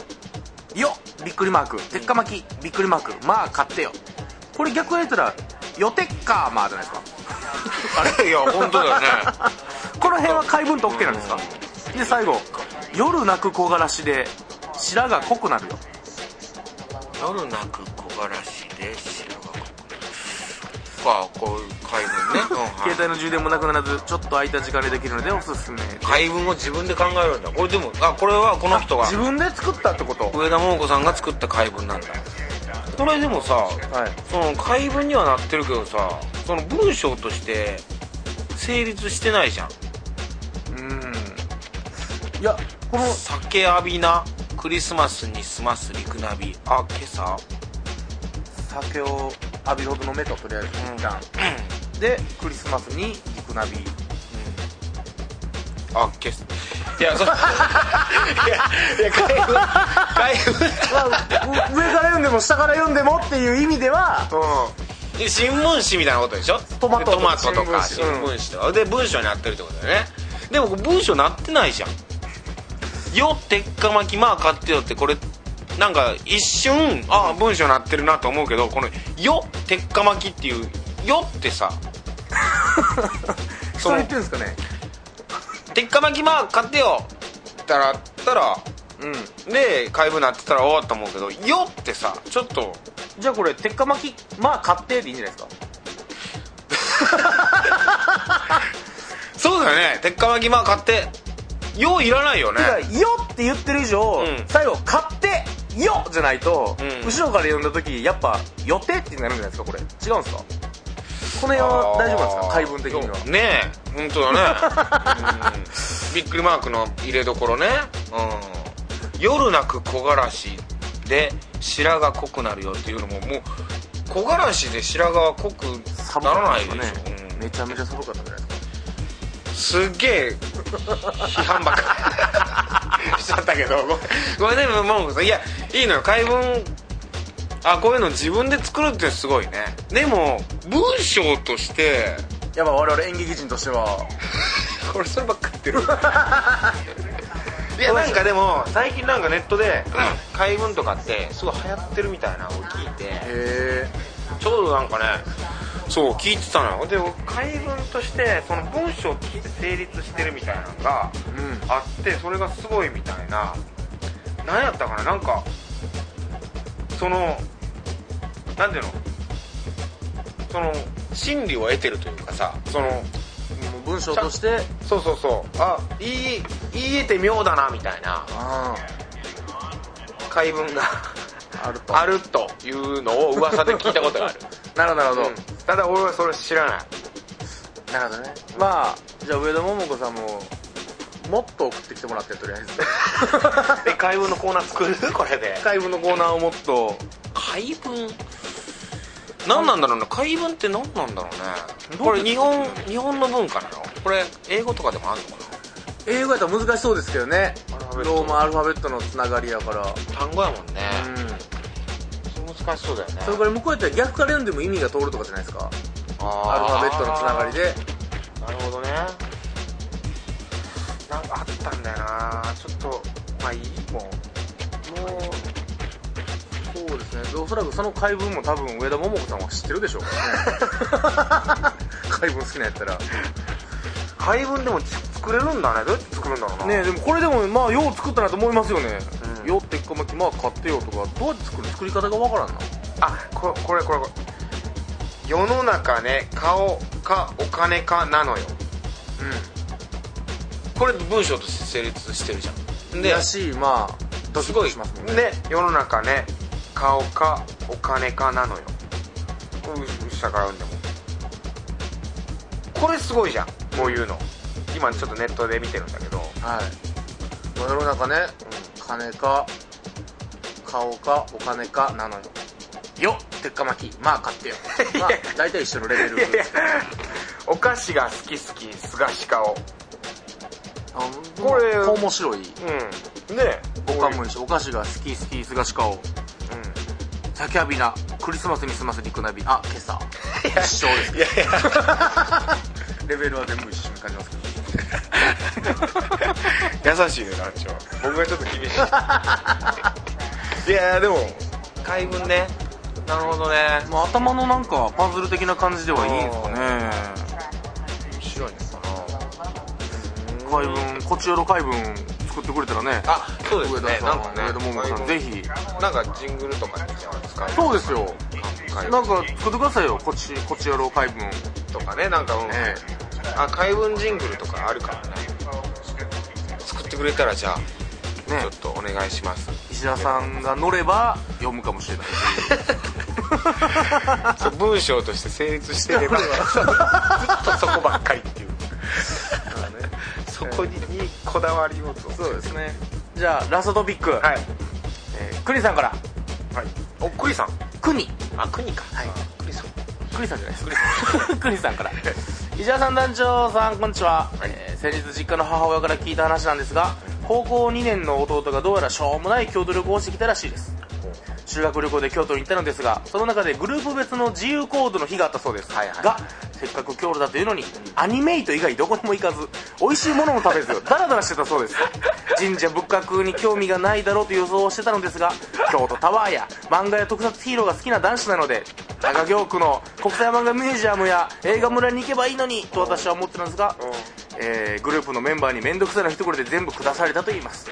S2: よびっくりマーク鉄火巻きびっくりマークまあ買ってよこれ逆に言ったらよテッカーまあじゃないですか
S1: あ [LAUGHS] れいや本当だよね
S2: この辺は怪文と OK なんですかで最後夜泣く木枯らしで白が濃くなるよ
S1: 夜なく木枯らしで白が濃くあこういう買い物ね、うんはい
S2: 携帯の充電もなくならずちょっと空いた時間でできるのでおすすめ
S1: 配分を自分で考えるんだこれでもあこれはこの人が
S2: 自分で作ったってこと
S1: 上田桃子さんが作った解文なんだこれでもさ
S2: はい
S1: その解文にはなってるけどさその文章として成立してないじゃん
S2: うんいやこの
S1: 酒浴びなクリスマスに済ますリクナビあ今朝
S2: 酒を浴びるほど飲めととりあえず一旦、でクリスマスに行くナビ
S1: あ今朝いやそ [LAUGHS] いやいや解文解
S2: 上から読んでも下から読んでもっていう意味では
S1: 文で新聞紙みたいなことでしょ
S2: トマト
S1: トマトとか
S2: 新
S1: 新聞
S2: 聞紙
S1: 紙とかで文章になってるってことだよねでも文章なってないじゃん「よ鉄火巻きまあ買ってよ」ってこれなんか一瞬ああ文章なってるなと思うけどこの「よ鉄火巻き」っていう「よ」ってさ
S2: 人言ってるんですかね
S1: 鉄火巻きまあ買ってよだらったら
S2: うん
S1: で怪文なってたらおおと思うけど「よ」ってさちょっと
S2: じゃあこれ鉄火巻きまあ買ってでいいんじゃないですか
S1: そうだよね鉄火巻きまあ買って「よ」いらないよね
S2: てか「よ」って言ってる以上、
S1: うん
S2: 最後「買ってよ」じゃないと、
S1: うん
S2: 後ろから読んだ時やっぱ「予定」ってなるんじゃないですかこれ違うんですかこの辺は大丈夫なんですか解文的には
S1: ねえ本当だね、うんびっくりマークの入れどころね、うん、夜なく木枯らしで白が濃くなるよっていうのももう木枯らしで白髪は濃くならないでしょ、
S2: 寒かったですかね
S1: うん
S2: めちゃめちゃ寒かったんじゃないですか
S1: すっげえ批判ばっかり
S2: [LAUGHS]
S1: しちゃったけどごめん [LAUGHS] ごめんねもうさんいやいいのよ解文あこういうの自分で作るってすごいねでも文章として
S2: やっぱ我々演劇人としては
S1: これそればっかり言ってる [LAUGHS] いやなんかでも最近なんかネットで怪文とかってすごい流行ってるみたいなのを聞いて
S2: へ
S1: ちょうどなんかねそう聞いてたのよで怪文としてその文章として成立してるみたいなのが
S2: えうん
S1: あってそれがすごいみたいな何やったかななんかそのなんていうのその真理を得てるというかさその
S2: もう文章として
S1: そうそうそうあ言い言えて妙だなみたいな
S2: あ
S1: 解文が
S2: ああると
S1: あるというのを噂で聞いたことがある、
S2: なるほどなるほど、
S1: ただ俺はそれ知らない
S2: なるほどねまあじゃあ上田桃子さんももっと送ってきてもらってとりあえ [LAUGHS] ず
S1: え解文のコーナー作るこれで
S2: 解文のコーナーをもっと
S1: 解文何なんだろうね解文って何なんだろうねこれ日本日本の文化なのこれ英語とかでもあるのか
S2: 英語やったら難しそうですけどね
S1: アルファベット
S2: ローマアルファベットのつながりやから
S1: な単語やもんね
S2: うん
S1: 難しそうだよね
S2: それから向こうやったら逆から読んでも意味が通るとかじゃないですかアルフ
S1: ア
S2: ァベットのつながりで
S1: なるほどねなんかあったんだよなちょっとまあいいもん
S2: もうそうですねでおそらくその解文も多分上田桃子さんは知ってるでしょうから [LAUGHS] ね解文好きなやったら
S1: 配分でも作れるんだねどうやって作るんだろうな
S2: ねえでもこれでもまあよう作ったなと思いますよね
S1: うん
S2: よってっかまきま買ってよとかどうやって作る作り方がわからんな
S1: あここれこれこれ世の中ね顔かお金かなのよこれ文章として成立してるじゃ
S2: うんん
S1: で
S2: だしまあドキッとしますもんね
S1: ね世の中ね顔かお金かなのよう下からうんでもこれすごいじゃんこういうの今ちょっとネットで見てるんだけど
S2: はいまあ世の中ね金か顔かお金かなのよよてっかまきまあ買 [LAUGHS] ってよまあ大体一緒のレベル
S1: いやいやお菓子が好き好きすがし顔
S2: あ
S1: これ
S2: こう面白い
S1: うんね
S2: おか
S1: [LAUGHS]
S2: もいいしお菓子が好き好きすがし顔
S1: う
S2: 酒浴びなクリスマスに済ませ肉ナビあ今朝一緒です
S1: んいやいや
S2: [LAUGHS] レベルは全部一緒に感じますけど
S1: 優しいね団長僕がちょっと厳し [LAUGHS] いいやーでも海軍ねなるほどね
S2: まあ、頭のなんかパズル的な感じではいいんですかね
S1: 面白いね
S2: 海文こちよろ海文作ってくれたらね
S1: あそうです
S2: 上田
S1: ね
S2: さ
S1: なんんかね
S2: 上田桃子さんぜひ
S1: なんかジングルとかにじゃないですか
S2: そうですよ
S1: 海
S2: な
S1: 軍
S2: んか作ってくださいよこっちこっちよろ海文ね
S1: とかねなんか、うん
S2: え
S1: あ海軍ジングルとかあるからね作ってくれたらじゃあ
S2: ね
S1: ちょっとお願いします
S2: 石田さんが乗れば読むかもしれない
S1: そう文章として成立してればずっとそこばっかり
S2: [LAUGHS]
S1: っていうそこににこだわりをと
S2: そうですねじゃあラストトピック、
S1: はい
S2: えー、クニさんから
S1: はいおっくりさん
S2: クニ
S1: あ国かはい国さん
S2: クリさんじゃないです [LAUGHS] クリさんから石田さん団長さんこんにちは、えー先日実家の母親から聞いた話なんですが高校2年の弟がどうやらしょうもない京都旅行をしてきたらしいです修学旅行で京都に行ったのですがその中でグループ別の自由行動の日があったそうです、
S1: はいはい
S2: がせっかく京都だというのにアニメイト以外どこにも行かず美味しいものも食べずダラダラしてたそ
S1: [LAUGHS]
S2: うです神社仏閣に興味がないだろうと予想をしてたのですが京都タワーや漫画や特撮ヒーローが好きな男子なので長京区の国際漫画ミュージアムや映画村に行けばいいのにと私は思ってたんですが、えーグループのメンバーに面倒くさいな一言で全部下されたと言います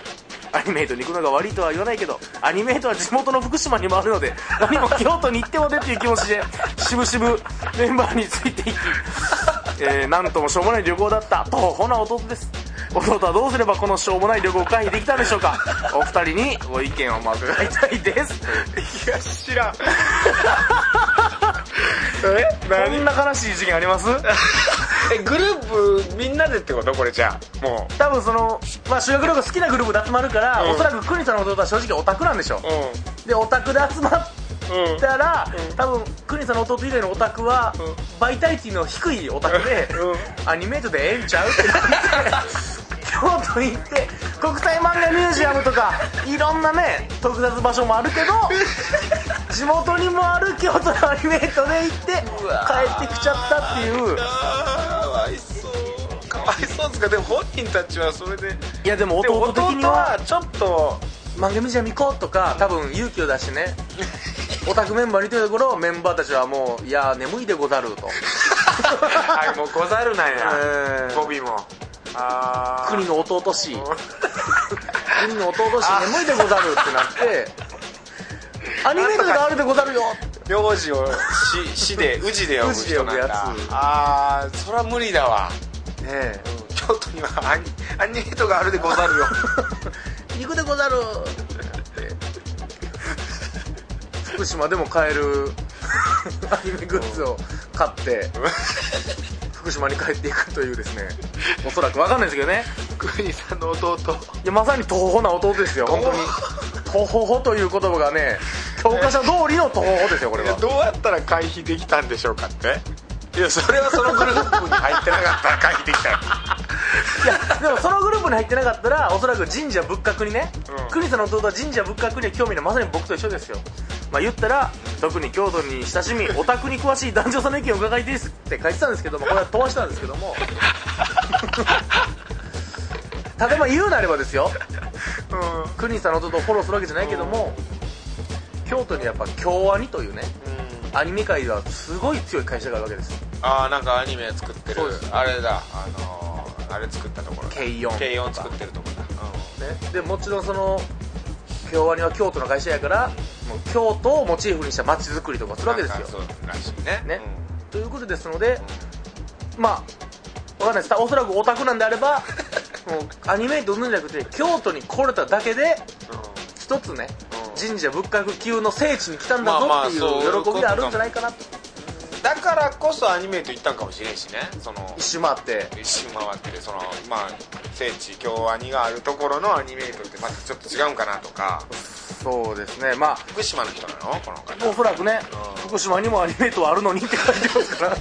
S2: アニメイトに行くのが悪いとは言わないけどアニメイトは地元の福島にもあるので何も京都に行ってまでっていう気持ちでしぶしぶメンバーについていき、えーなんともしょうもない旅行だったとほな弟です弟はどうすればこのしょうもない旅行を回避できたんでしょうかお二人にご意見をまず伺いたいで
S1: い
S2: す
S1: や知
S2: [LAUGHS]
S1: らんえ
S2: こん
S1: 何
S2: な悲しい事件あります
S1: えグループみんなでってことこれじゃあも
S2: 多分その、まあ、修学旅行好きなグループで集まるから、
S1: うん
S2: おそらく国さんの弟は正直オタクなんでしょ
S1: うう
S2: でオタクで集まったら、多分クニさんの弟以外のオタクは、バイタリティの低いオタクで、アニメートでええんちゃうって [LAUGHS] なって京都行って国際漫画ミュージアムとかいろんなね特撮場所もあるけど地元にもある京都のアニメートで行って帰ってきちゃったっていう
S1: あーかわいそうかわいそうですかでも本人たちはそれで
S2: いやでも
S1: でも
S2: 弟的
S1: 弟
S2: には
S1: はちょっと
S2: 漫画ミュージアム行こうとか多分勇気を出して [LAUGHS] ねオタクメンバーに言ってたところメンバーたちはもういや眠いでござると
S1: あもうござるなん
S2: えー
S1: や語尾もあ
S2: 国の弟氏
S1: ー
S2: 国の弟氏眠いでござる [LAUGHS] ってなってアニメートがあるでござるよ
S1: 名字 [LAUGHS] をししで宇治で呼ぶ人なん
S2: 宇治で呼ぶや
S1: だ
S2: つ
S1: あーそれは無理だわ
S2: ね
S1: 京都にはアニアニメートがあるでござ [LAUGHS] るよ
S2: え行くでござるってなって福島でも買え [LAUGHS] るアニメグッズを買って福島に帰っていくというですねおそらくわかんないですけどね
S1: 国さんの弟
S2: いやまさに徒歩な弟ですよ本 [LAUGHS] 当に徒歩という言葉がね教科書通りの徒歩ですよこれ
S1: いや
S2: は
S1: どうやったら回避できたんでしょうかっていやそれはそのグループに入ってなかったら回避できた [LAUGHS] よ
S2: いやでもそのグループに入ってなかったらおそらく神社仏閣にね、
S1: うん
S2: クリスの弟は神社仏閣には興味ないまさに僕と一緒ですよまあ言ったら特に京都に親しみオタクに詳しい男女さんの意見を伺いたいですって書いてたんですけどもこれは飛ばしたんですけ
S1: [LAUGHS]
S2: どもただまあ言うなればですよクリスの弟をフォローするわけじゃないけども、京都にやっぱ京アニというね
S1: うん
S2: アニメ界ではすごい強い会社があるわけです
S1: ああなんかアニメ作ってる
S2: そうです
S1: あれだあのーあれ作ったところだ
S2: K4
S1: K4 作ってるところだ
S2: ね、でもちろんその京アニは京都の会社やからもう京都をモチーフにした街づくりとかするわけですよ
S1: なんかそうらしいね
S2: ねということですのでまあわかんないですおそらくオタクなんであ
S1: [LAUGHS]
S2: ればもうアニメとうんぬんじゃなくて京都に来れただけで
S1: う
S2: 一つね
S1: うん
S2: 神社仏閣級の聖地に来たんだぞ
S1: まあまあ
S2: ってい
S1: そういうこ
S2: う
S1: と
S2: 喜びがあるんじゃないかなと
S1: んだからこそアニメート行ったんかもしれんしねその
S2: 一周回って
S1: 一周回ってるそのまあ聖地京アニがあるところのアニメートってまたちょっと違うんかなとか
S2: そうですねまあ
S1: 福島の人なのこの方
S2: おそらくね
S1: うん
S2: 福島にもアニメートはあるのにって書いてま
S1: [LAUGHS]
S2: すから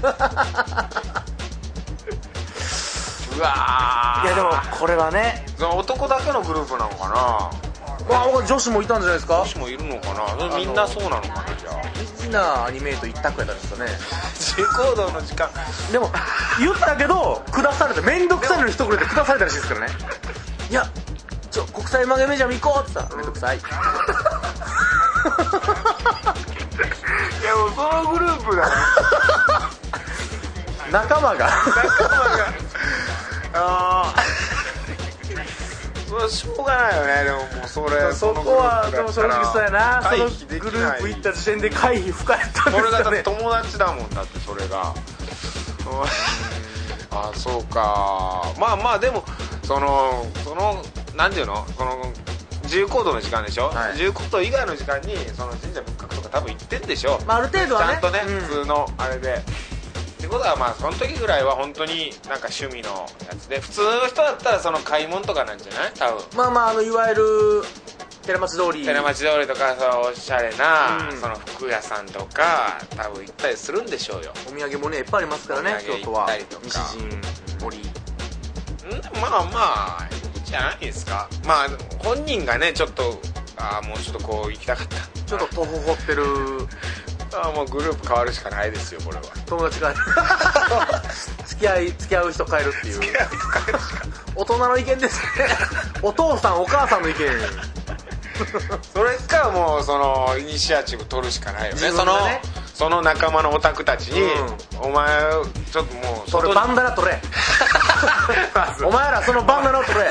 S1: うわー
S2: いやでもこれはね、
S1: その男だけのグループなのか
S2: まあ、女子もいたんじゃないです
S1: な
S2: か
S1: 女子もいるのかなそれみんなそうなのかなじゃあ [LAUGHS]
S2: みんなアニメート一択やったんですかね
S1: 自由行動の時間
S2: でも言ったけど下された面倒くさいのに一くれて下されたらしいですからねいやちょ国際マゲメジャーも行こうって言ったら面倒くさい
S1: いやもうそのグループが
S2: 仲間が
S1: 仲間がああそれはしょうがないよねでももうそれ
S2: [LAUGHS] そこはでも正直そうやなそ
S1: 回
S2: の
S1: 避でき
S2: グル
S1: な
S2: ー
S1: い
S2: プ行った時点で回避不可やったんで
S1: それ
S2: す
S1: が
S2: か
S1: だって
S2: ね
S1: 友達だもんだってそれが [LAUGHS] ああそうかまあまあでもそのそのなんていうのその自由行動の時間でしょ、
S2: はい
S1: 自由行動以外の時間にその神社仏閣とか多分行ってんでしょ、
S2: まあある程度はね
S1: ちゃんとね、
S2: うん
S1: 普通のあれでってことはまあその時ぐらいは本当になんか趣味のやつで普通の人だったらその買い物とかなんじゃない多分
S2: まあまああのいわゆる寺町通り
S1: 寺町通りとかそのおしゃれな、
S2: うん
S1: その服屋さんとか多分行ったりするんでしょうよ
S2: お土産もねいっぱいありますからね
S1: お土産
S2: 京
S1: 行
S2: 都
S1: っ
S2: は
S1: たりとか
S2: 西陣織
S1: んまあまあいいんじゃないですかまあ本人がねちょっとああもうちょっとこう行きたかった
S2: ちょっと徒歩掘ってる
S1: ああもうグループ変わるしかないですよこれ
S2: [LAUGHS]
S1: は
S2: 友達が付き合い付き合う人変えるっていう大人の意見です [LAUGHS] ねお父さんお母さんの意見
S1: それかもうそのイニシアチブ取るしかないよね
S2: 自分がね
S1: そのその仲間のオタクたちに、お前ちょっともう
S2: それ
S1: 外
S2: バ
S1: に
S2: ンダナ取れ [LAUGHS] お前らそのバンダナを [LAUGHS] 取れ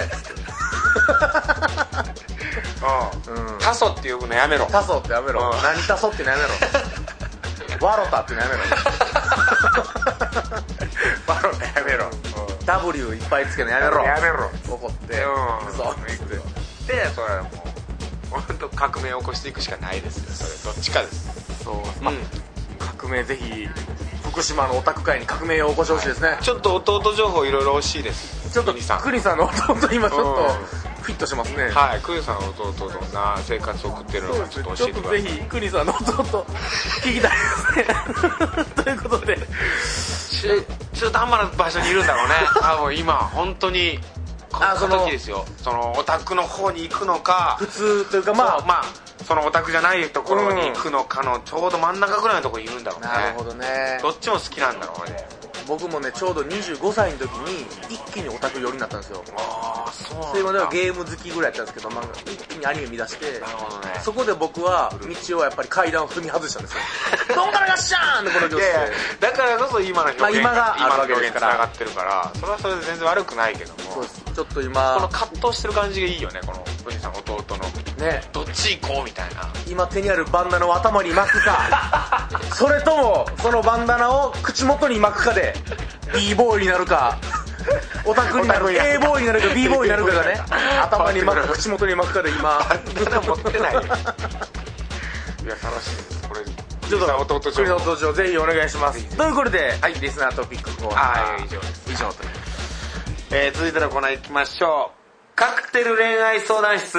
S1: うん [LAUGHS]
S2: うん
S1: タソって呼ぶのやめろ
S2: タソってやめろ、
S1: うん
S2: 何タソって [LAUGHS] のやめろワロタって [LAUGHS] のやめろ
S1: バロやめろ、
S2: W いっぱいつけるのやめろ
S1: やめろ
S2: 怒って
S1: うん
S2: 行くぞ
S1: 行くぞでそれはもう本当革命を起こしていくしかないですよそれどっちかです
S2: そう、まあ革命ぜひ福島のオタク界に革命を起こしてほしいですね、
S1: ちょっと弟情報いろいろ欲しいです
S2: ちょっと
S1: 国さん
S2: クリさんの弟今ちょっ
S1: うん
S2: とフィットしてますね、
S1: はいクリさんの弟どんな生活を送ってるのかち
S2: ち
S1: ょっと
S2: ょっ
S1: 教えてく
S2: と
S1: ださ
S2: ぜ
S1: い
S2: ひクリさんの弟聞きたいですねということで
S1: 中中途半端な場所にいるんだ
S2: [LAUGHS]
S1: ろうね多分今本当にこ
S2: あその
S1: の時ですよそのオタクの方に行くのか
S2: 普通というか
S1: ま
S2: ま
S1: あまあそのオタクじゃないところに行くのかのちょうど真ん中ぐらいのところにいるんだろう
S2: あ
S1: ね
S2: なるほどね
S1: どっちも好きなんだろうね
S2: 僕もねちょうど25歳の時に一気にオタク寄りになったんですよ
S1: ああそう
S2: それまでは
S1: ー
S2: ゲーム好きぐらいやったんですけど、まあ、一気にアニメ見出して
S1: なるほどね
S2: そこで僕は道をやっぱり階段を踏み外した [LAUGHS] んですよどんからがっしゃーんってこの
S1: い
S2: 行
S1: やいや
S2: して
S1: だからこそ今の表現、
S2: まあ今があるわけ
S1: 今の表
S2: です
S1: 現
S2: か
S1: つ
S2: ら
S1: ながってるからそれはそれで全然悪くないけども
S2: そうですちょっと
S1: この
S2: 今
S1: 葛藤してる感じがいいよねこの藤さん弟の
S2: ね
S1: どっち行こうみたいな
S2: 今手にあるバンダナを頭に巻く [LAUGHS] かそれともそのバンダナを口元に巻くかで b ボーイになるかオタクにな
S1: オタク
S2: る
S1: になる
S2: a ボーイになるか b ボーイになるかがね [LAUGHS] 頭に巻
S1: バンダ
S2: く
S1: ナ
S2: 口元に巻くかで [LAUGHS] 今
S1: そんな持ってないよいや楽しいですこれちょっと弟
S2: 国
S1: 情報
S2: の登場ぜひお願いしますということではいリスナートピックコーナー
S1: はい以上です
S2: 以上と
S1: えー続いてのコーナー行きましょうカクテル恋愛相談室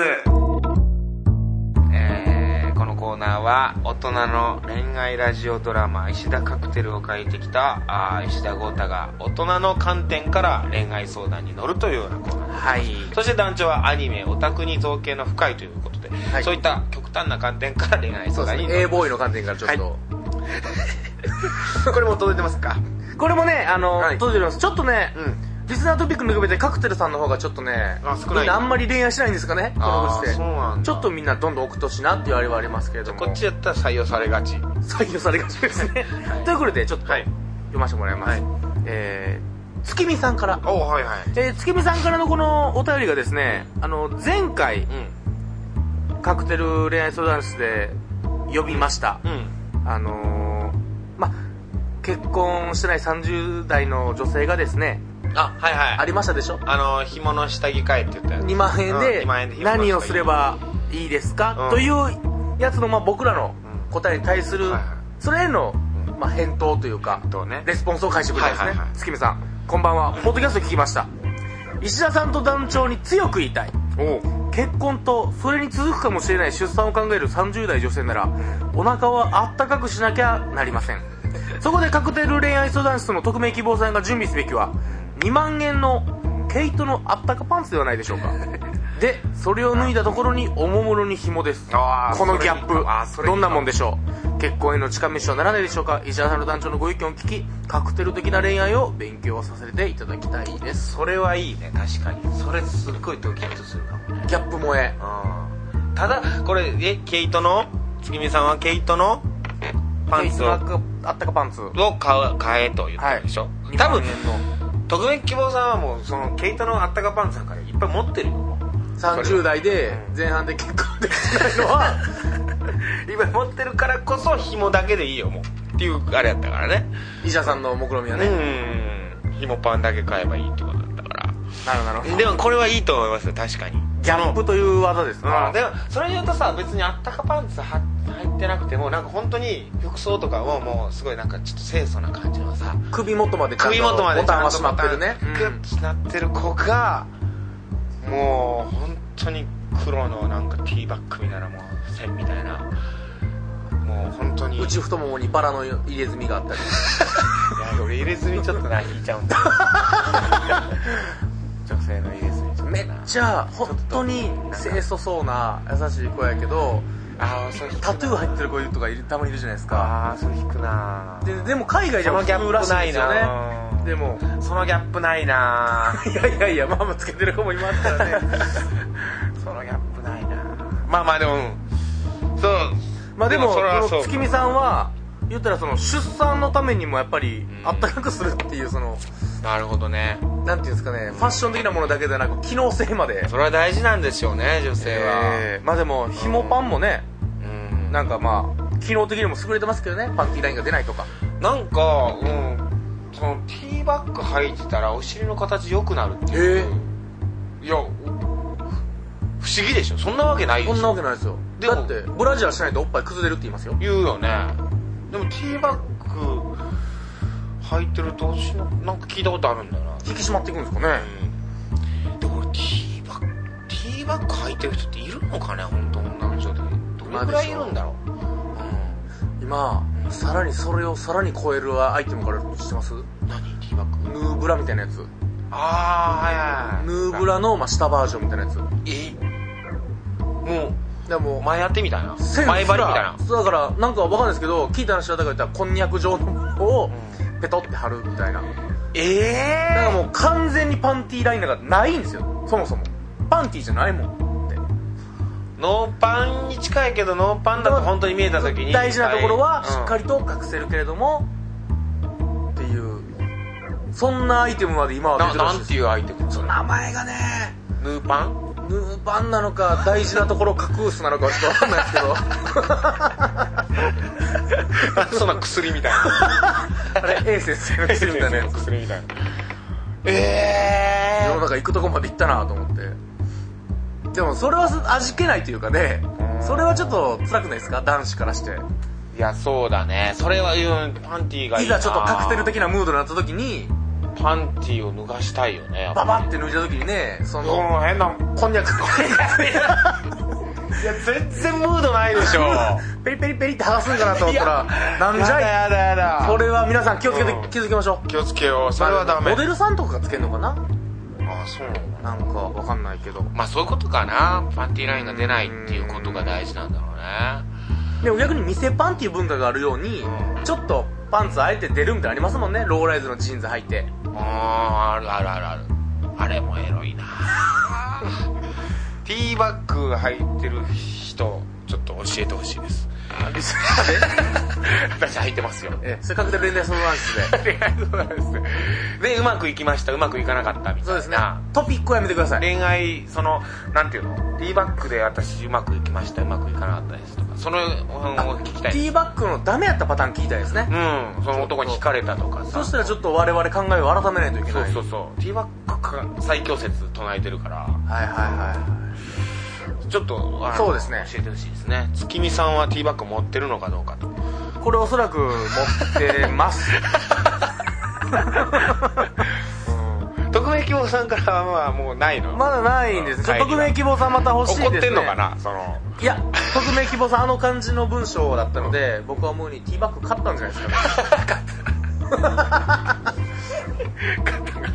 S1: えーこのコーナーは大人の恋愛ラジオドラマ「石田カクテル」を書いてきたあー石田豪太が大人の観点から恋愛相談に乗るというようなコーナー
S2: はい
S1: そして団長はアニメオタクに造形の深いということで、
S2: い
S1: そういった極端な観点から恋愛
S2: そ
S1: 相談
S2: うです
S1: に
S2: ね a
S1: 乗る
S2: ボーイの観点からちょっと、
S1: は [LAUGHS] これも届いてますか
S2: これもねあの、
S1: はい
S2: 届いておりますちょっとね、
S1: うん
S2: リスナートピックの比べてカクテルさんの方がちょっとね
S1: あ少ない
S2: みんあんまり恋愛しないんですかねこのご時世
S1: あーそうなんだ
S2: ちょっとみんなどんどん送ってほしいなっていうあれはありますけれども
S1: こっちやったら採用されがち
S2: 採用されがちです
S1: [LAUGHS]
S2: ね、ということでちょっと
S1: はい
S2: 読ませてもらいます、えー、月見さんから
S1: おはいはい
S2: えー、月見さんからのこのお便りがですねあの前回
S1: うん
S2: カクテル恋愛相談室で呼びました、
S1: うん
S2: あのーまあ結婚してない30代の女性がですね
S1: あはいはい
S2: ありましたでしょ
S1: あの紐の下着買えって言ったやつ
S2: 2万円
S1: うん二万円で
S2: で
S1: 紐の下着
S2: 何をすればいいですか、
S1: うん
S2: というやつの、まあ、僕らの
S1: うん
S2: 答えに対する、
S1: はいはい
S2: それへの、まあ、返答というか
S1: とね
S2: レスポンスを返してくれたんですね、
S1: はいはいはい
S2: 月見さんこんばんはポッドキャスト聞きました石田さんと団長に強く言いたい
S1: おう
S2: 結婚とそれに続くかもしれない出産を考える30代女性ならお腹はあったかくしなきゃなりませんそこでカクテル恋愛相談室の匿名希望さんが準備すべきは2万円の毛糸のあったかパンツではないでしょ
S1: [LAUGHS]
S2: うかでそれを脱いだところにおもむろに紐です
S1: あー
S2: このギャ
S1: それいいかあー
S2: ッ
S1: そ
S2: プ
S1: れいい
S2: ど
S1: か
S2: んなもんでしょう結婚への近道とはならないでしょうか石原さんの団長のご意見を聞きカクテル的な恋愛を勉強させていただきたいです
S1: それはいいね確かにそれすっごいドキッとするかもね
S2: ギャップ萌え
S1: うんただこれえ毛糸の月見さんは毛糸のパンツを
S2: 毛糸のあったかパンツ
S1: を買う買えと言ったんでしょ、
S2: はい
S1: 多分
S2: 2
S1: 特別希望さんはもうその毛糸のあったかパンツなんかいっぱい持ってる [LAUGHS] よ
S2: 30代で前半で結婚できないのは
S1: 今持ってるからこそ紐だけでいいよもうっていうあれやったからね
S2: 医者さんの目論見みはね、
S1: うん紐パンだけ買えばいいってことだったか
S2: なるほどなるほ
S1: ら
S2: ど
S1: でもこれはいいと思いますよ確かに
S2: ギャップという技です
S1: あ
S2: な
S1: でもそれで言うとさ別にあったかパンツは入ってなくてもなんか本当に服装とかはもうすごいなんかちょっと清楚な感じのさ
S2: 首元までちゃんと
S1: 首元まで
S2: ボタンは閉まってるね
S1: ちゃんとボタンクッてなってる子がもう本当に黒のなんかティーバッグみたいなもう線みたいなもう本当に
S2: うん内太ももにバラの入れ墨があったり
S1: いや俺入れ墨ちょっとな引いちゃうん [LAUGHS] だよ女性の入れ墨ちょっとな
S2: めっちゃ本当に清楚そうな優しい子やけど
S1: ああそれ引くな
S2: タトゥー入ってる子とかいるたまにいるじゃないですか
S1: ああそれ引くな
S2: ででも海外じ
S1: そ
S2: ゃ
S1: の
S2: 普
S1: ギャッ
S2: 通ら
S1: プ
S2: しいん
S1: な
S2: で
S1: い
S2: すよね
S1: な
S2: でも
S1: そのギャップないない
S2: やいやいやまあまあつけてる子もいますからね
S1: [LAUGHS]
S2: [LAUGHS]
S1: そのギャップないなまあまあでもうんそう
S2: まあでも
S1: それは
S2: こ
S1: そ
S2: の
S1: う
S2: 月見さんは言ったらその出産のためにもやっぱり
S1: ん
S2: あったかくするっていうその
S1: なるほどね
S2: なんていうんですかねファッション的なものだけでなく機能性まで
S1: それは大事なんでしょうね女性は
S2: えーまあでも紐パンもね
S1: うん
S2: なんかまあ機能的にも優れてますけどねパンティーラインが出ないとか
S1: なんかうんそのティーバッグ履いてたらお尻の形良くなるっていういやお不思議でしょそんなわけないでし
S2: そ
S1: ょ
S2: んなわけないですよ
S1: でも
S2: だってブラジャーしないとおっぱい崩れるって言いますよ
S1: 言うよねでもティーバッグ履いてるとお尻のなんか聞いたことあるんだよな
S2: 引き締まっていくんですかね
S1: うんでも俺ティーバッグティーバッグ履いてる人っているのかね本当女の人でどれくらいいるんだろう、
S2: 今さらにそれをさらに超えるアイテムから知ってますヌ
S1: うん、何ティーバッグ
S2: ーブラみたいなやつ
S1: ああはいはい
S2: ヌーブラのまあ下バージョンみたいなやつ
S1: えも
S2: でも
S1: う前やってみたいな
S2: センスが
S1: 前張りみたいな
S2: そうだからなんかわかんないですけど聞いた話はだから言ったらこんにゃく状のものをペトって貼るみたいなだか
S1: え
S2: ら
S1: え
S2: もう完全にパンティーラインなんかないんですよそもそもパンティーじゃないもんって
S1: ノーパンに近いけどノーパンだと本当に見えた時に
S2: 大事なところは
S1: うん
S2: しっかりと隠せるけれども、っていうそんなアイテムまで今は
S1: な
S2: 出てる
S1: な
S2: らしい
S1: ん
S2: で
S1: て
S2: す
S1: いうアイテム
S2: その名前がね
S1: ヌーパン
S2: ヌーパンなのか大事なところ隠すなのかちょっとわかんないですけ
S1: [LAUGHS]
S2: ど
S1: そんな薬みたいな [LAUGHS]
S2: あれ A 先生の薬みたいなやつ
S1: 薬みたいなえ
S2: 世の中行くとこまで行ったなと思ってでもそれはす味気ないというかね
S1: うん
S2: それはちょっと辛くないですか男子からして
S1: えいやそうだねそれはうんパンティーがい
S2: い
S1: いな
S2: ざちょっとカクテル的なムードになった時に
S1: パンティーを脱がしたいよねやっぱ
S2: ババって脱いだ時にねその
S1: うん変な [LAUGHS]
S2: こんにゃく
S1: いや全然ムード [LAUGHS] ないでしょ
S2: ペリペリペリって剥がすんかなと思ったらなんじ
S1: やだ
S2: ゃい
S1: やだやだ
S2: これは皆さん気をつけて
S1: うん
S2: 気づきましょう
S1: 気をつけようそれはダメ
S2: モデルさんとかがつけるのかな
S1: あそう
S2: なんかわかんないけど
S1: まあそういうことかなパンティーラインが出ないっていうことが大事なんだろうね
S2: でも逆に店パンっていう文化があるように
S1: うん
S2: ちょっとパンツあえて出るみたいなのありますもんねローライズのジーンズ履いて
S1: うんあるあるあるあるあれもエロいなティーバッグ履いてる人ちょっと教えてほしいですあリス私入ってますよ
S2: ええ、せっかくで連帯そのランス
S1: [LAUGHS]
S2: で
S1: 恋愛相談室でうまくいきましたうまくいかなかったみたいな
S2: そうですねトピックはやめてください
S1: 恋愛そのなんていうのティーバックで私うまくいきましたうまくいかなかったですとかその辺を聞きた
S2: テ
S1: い
S2: ィーバックのダメやったパターン聞きたいですね、
S1: うんその男に聞かれたとかさ
S2: そしたらちょっと我々考えを改めないといけ
S1: そう
S2: ない
S1: そうそうティーバックか最強説唱えてるから
S2: はいはいはい
S1: ちょっとあの
S2: そうですね
S1: 教えてほしいですね月見さんはティーバッグ持ってるのかどうかと
S2: これおそらく持ってます
S1: [LAUGHS] 匿名希望さんからはもうないの
S2: まだないんですねちょっと匿名希望さんまた欲しいです、ね、
S1: 怒ってんのかなその
S2: いや匿名希望さんあの感じの文章だったので僕は思うにティーバッグ買ったんじゃないですか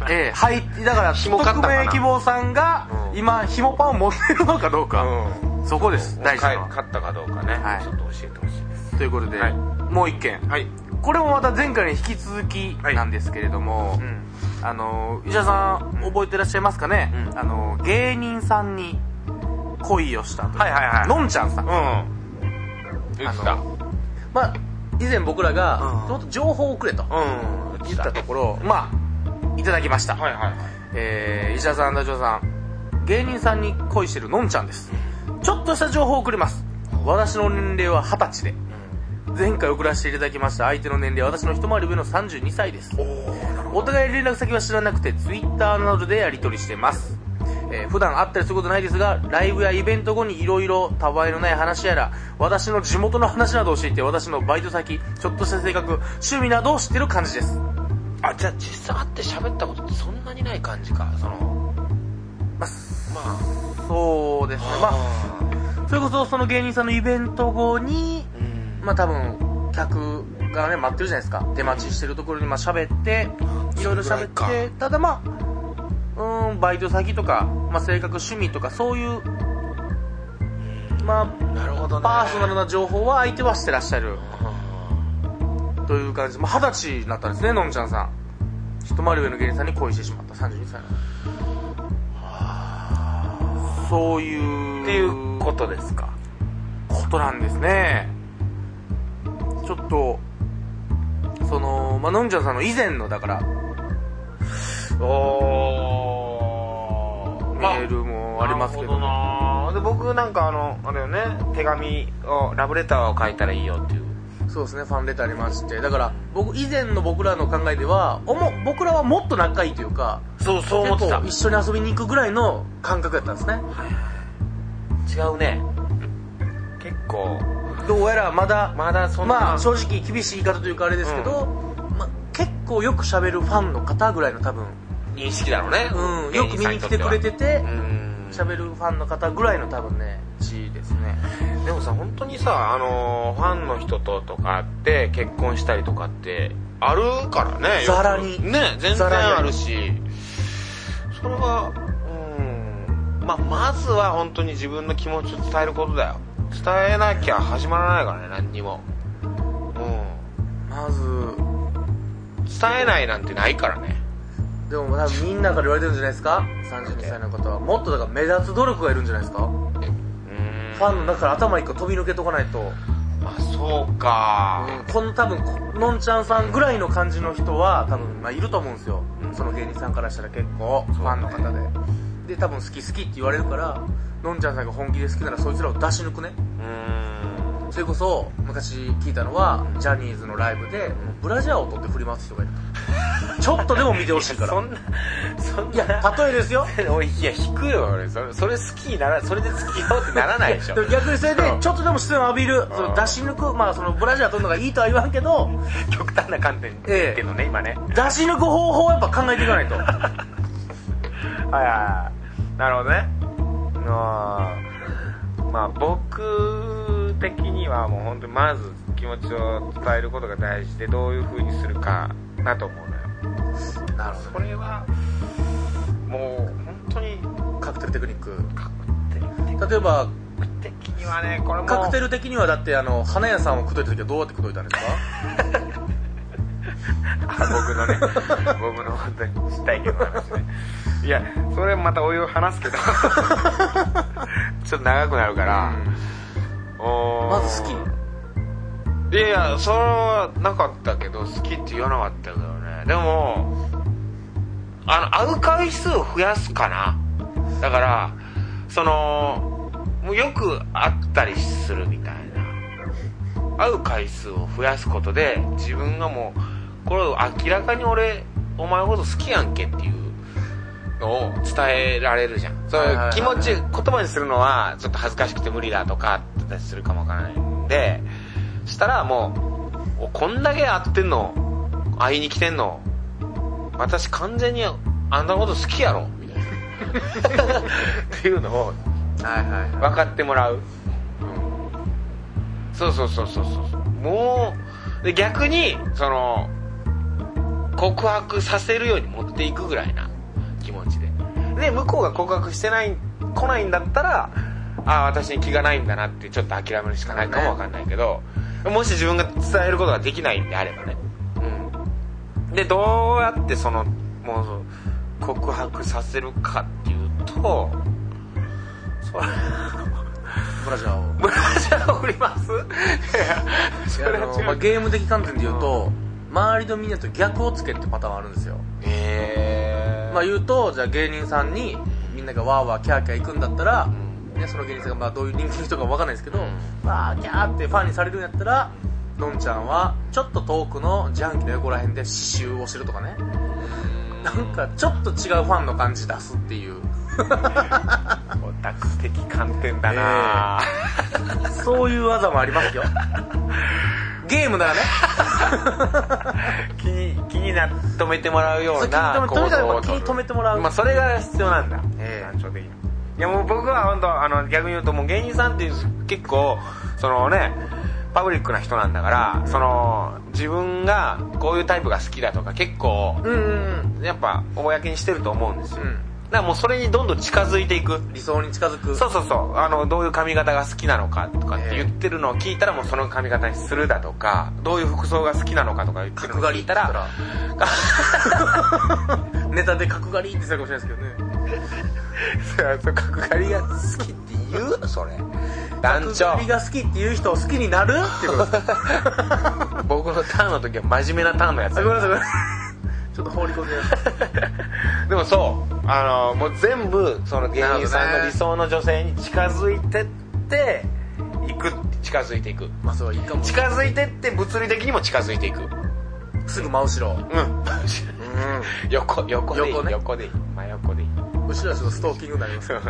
S2: ねええ、はい、だから
S1: 紐買った
S2: 匿
S1: かな
S2: 名希望さんが
S1: うん
S2: 今ひもパンを持ってるのかどうか、
S1: う
S2: そこです大事なのは
S1: 勝ったかどうかね、
S2: はい
S1: ちょっと教えてほしいです
S2: ということで、
S1: はい
S2: もう一件
S1: はい
S2: これもまた前回に引き続きなんですけれども、
S1: ん
S2: あの石田さん覚えてらっしゃいますかね、
S1: うん
S2: あの芸人さんに恋をしたという
S1: はいはいはい
S2: のんちゃんさん、
S1: うん言ってた
S2: まあ以前僕らが
S1: うん
S2: ちょっと情報をくれと
S1: うん
S2: 言ったところ、まあいただきました、
S1: はいはいはい
S2: えー、石田さんダチョウさん芸人さんに恋してるのんちゃんですちょっとした情報をくれます私の年齢は二十歳で前回送らせていただきました相手の年齢は私の一回り上の32歳です
S1: おお
S2: お互い連絡先は知らなくて Twitter などでやり取りしてます、えー普段会ったりすることないですがライブやイベント後に色々たわいのない話やら私の地元の話などを教えて私のバイト先ちょっとした性格趣味などを知ってる感じです、ま
S1: あじゃあ実際会って喋ったことってそんなにない感じかその
S2: あそ
S1: まあ
S2: そうですねまあそれこそその芸人さんのイベント後に
S1: うん
S2: まあ多分客がね待ってるじゃないですか出待ちしてるところにまあ喋っていろいろ
S1: それ
S2: 喋
S1: ぐら
S2: ってただまあうーんバイト先とか、まあ、性格趣味とかそういうま
S1: なるほど
S2: あ
S1: ね
S2: パーソナルな情報は相手はしてらっしゃる
S1: うん
S2: という感じでまあ二、十、歳になったんですねのんちゃんさん一回り上の芸人さんに恋してしまった32歳のそういう
S1: っていうことですか
S2: ことなんですねちょっとそのまあのんちゃんさんの以前のだから
S1: おー
S2: メールもありますけど,、
S1: なるほどなで僕なんかあのあれよね手紙をラブレターを書いたらいいよっていう
S2: そうですねファンレターありましてだから僕以前の僕らの考えではおも僕らはもっと仲いいというか
S1: そうそ
S2: 結構一緒に遊びに行くぐらいの感覚やったんですね
S1: 違うね結構
S2: どうやらまだ
S1: まだそんな
S2: まあ正直厳しい言い方というかあれですけど、まあ、結構よく喋るファンの方ぐらいの多分、
S1: 認識だろうね
S2: うん、よく見に来てくれてて
S1: うん
S2: 喋るファンの方ぐらいの多分ね地位ですね
S1: でもさ本当にさあのーファンの人ととかって結婚したりとかってあるからねよく
S2: ざらに
S1: ね全
S2: ざ
S1: 然
S2: らに
S1: あるしそれはうんまあまずは本当に自分の気持ちを伝えることだよ伝えなきゃ始まらないからね何にもうん
S2: まず
S1: 伝えないなんてないからね
S2: でも多分みんなから言われてるんじゃないですか32歳の方はもっとだから目立つ努力がいるんじゃないですか
S1: う
S2: フ
S1: ん
S2: ァンの中から頭一個飛び抜けとかないと、
S1: まあそうか
S2: うんこの多分このんちゃんさんぐらいの感じの人は多分、まあ、いると思うんですよ、その芸人さんからしたら結構ファンの方でで多分好き好きって言われるからのんちゃんさんが本気で好きならそいつらを出し抜くね
S1: うん
S2: それこそ昔聞いたのはジャニーズのライブでブラジャーを取って振り回す人がいるとちょっとでも見てほしい [LAUGHS] から
S1: そんなそんない
S2: や例えですよ
S1: [LAUGHS] おいいや引くよ俺それそれ好きにならそれで好きよってならないでしょ
S2: でも [LAUGHS] 逆にそれで
S1: うん
S2: ちょっとでも視線を浴びるその出し抜くまあそのブラジャー取るのがいいとは言わんけど
S1: 極端な観点ですけどね、今ねはい
S2: 出し抜く方法をやっぱ考えていかないと
S1: はいはいなるほどねあーまあ僕的にはもう本当にまず気持ちを伝えることが大事でどういう風にするかなと思うのよ
S2: [LAUGHS] なる
S1: それはもう本当に
S2: カクテルテクニック
S1: 確定
S2: 例えば
S1: 的にはねこれも
S2: カクテル的にはだってあの花屋さんを口説いた時はどうやって口説いたんですか
S1: あ僕のね [LAUGHS] 僕の本当にしたいけど話ねいやそれまたお湯を話すけど [LAUGHS] ちょっと長くなるから、おー
S2: まず好き
S1: いやいやそれはなかったけど好きって言わなかったけどねでもあの会う回数を増やすかなだからそのもうよく会ったりするみたいな会う回数を増やすことで自分がもうこれ明らかに俺お前のこと好きやんけっていうのを伝えられるじゃんそう
S2: はいはいはい
S1: 気持ち言葉にするのはちょっと恥ずかしくて無理だとかだったりするかもわからないんでしたらもうおこんだけ会ってんの会いに来てんの私完全にあんなこと好きやろみたいなっていうのを
S2: はいはい
S1: 分かってもらう、そうそうそうそうそうもうで逆にその告白させるように持っていくぐらいな気持ちでで向こうが告白してない来ないんだったらああ私に気がないんだなってちょっと諦めるしかないかもわかんないけど、もし自分が伝えることができないんであればねうんでどうやってそのもう告白させるかっていうとそれ
S2: ブラジャーを
S1: ブラジャーを売りますそれ
S2: あ
S1: は
S2: のま
S1: 違
S2: あ
S1: う
S2: ゲーム的観点で言うと、周りのみんなと逆をつけるってパターンはあるんですよ、
S1: え
S2: まあ、言うとじゃあ芸人さんにみんながワーワーキャーキャー行くんだったら、ね、その芸人さんがまあどういう人気の人か分かんないですけど、
S1: うん
S2: わーキャーってファンにされるんやったらのんちゃんはちょっと遠くの自販機の横ら辺で刺繍をしてるとかねなんかちょっと違うファンの感じ出すっていう
S1: オタク的観点だな、
S2: そういう技もありますよゲームならね
S1: [LAUGHS] 気に気にな止めてもらうような
S2: そう気に留めと
S1: 行
S2: にかくやっぱ
S1: 動を取る
S2: 気に留めてもらう
S1: まあ、それが必要なんだ
S2: ええ
S1: 単調的にいやもう僕は本当あの逆に言うともう芸人さんっていう結構そのねパブリックな人なんだから、その自分がこういうタイプが好きだとか結構
S2: [LAUGHS] うんうん
S1: やっぱ公にしてると思うんですよ、
S2: うんうん
S1: だからもうそれにどんどん近づいていく
S2: 理想に近づく
S1: そうそうそうあのどういう髪型が好きなのかとかって言ってるのを聞いたらもうその髪型にするだとかどういう服装が好きなのかとか言ってるの
S2: 角
S1: を聞
S2: 刈り
S1: いたら
S2: ネタで角刈りって言ってたかもしれないですけどね
S1: そう角刈りが好きって言うそれ団
S2: 角
S1: 長
S2: 刈りが好きっていう人を好きになるってこと [LAUGHS] です
S1: 僕のターンの時は真面目なターンのやつ [LAUGHS]
S2: あごめんなさいごめんなさい [LAUGHS] ちょっと放り込んでました
S1: でもそうあのもう全部その芸人さんの理想の女性に近づいてっていく近づいていく
S2: まあそういいかも
S1: 近づいてって物理的にも近づいていく
S2: すぐ真後ろ
S1: うん横横でいい
S2: 横
S1: 横,、
S2: ね
S1: でいい真横でいい
S2: 後ろはちょっとストーキングになります
S1: そう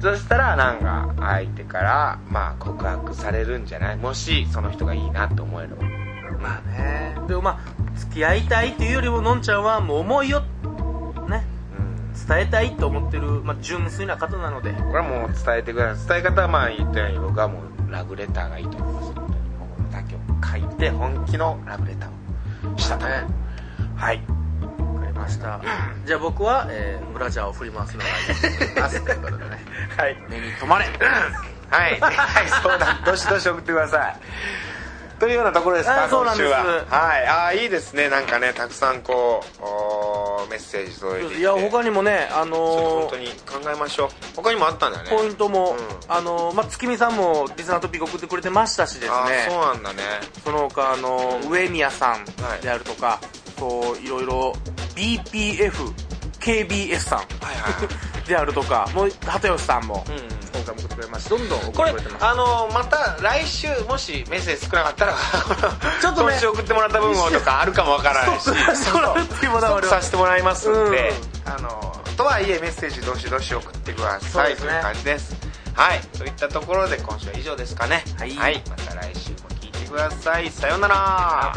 S1: そしたらなんか相手からまあ告白されるんじゃないもしその人がいいなって思える
S2: まあねでもまあ付き合いたいっていうよりものんちゃんはもう思いをね
S1: うん
S2: 伝えたいと思ってる、まあ、純粋な方なので
S1: これはもう伝えてください伝え方はまあ言ったように僕はもうラブレターがいいと思います本当に心だけを書いて本気のラブレターをしたと、
S2: ね
S1: [LAUGHS] はい
S2: わかりま [LAUGHS] したじゃあ僕は、えーブラジャーを振り回すのが [LAUGHS] いいと思いますということでね
S1: はい
S2: 目に留まれ [LAUGHS]
S1: はい、はい、そうだ、どしどし送ってください。というようなところです
S2: あ
S1: か、
S2: そうなん
S1: 今
S2: で
S1: 週
S2: す
S1: は。はい、ああ、いいですね、なんかね、たくさんこう、おーメッセージ届いていて。
S2: いや他
S1: に。
S2: にもねあ
S1: 本
S2: の
S1: 当
S2: ー
S1: に考えましょう。他にもあったんだよね。
S2: ポイント
S1: う
S2: も、あのーまあ、月見さんもリスナートピック送ってくれてましたしです
S1: あーそう
S2: ね
S1: なんだね。
S2: その他あのー上宮さんであるとか、そういろいろ BPFKBS さん
S1: はいはい。
S2: [LAUGHS] であるとかもう鳩吉さんも、
S1: うん
S2: 今回も送ってくれましたどんどん送って
S1: これ
S2: くれてます
S1: あのまた来週もしメッセージ少なかったら
S2: ちょっとね
S1: 今週送ってもらった分をとかあるかもわからないし
S2: ストップさせて [LAUGHS] もらうっていうこだわり
S1: ストップ [LAUGHS]
S2: は
S1: させてもらいますんで、
S2: う
S1: あのとはいえメッセージどしどし送ってくださいそ
S2: そ
S1: う
S2: ですね
S1: ういう感じですはいといったところで今週は以上ですかね
S2: はい
S1: また来週も聞いてくださいさようなら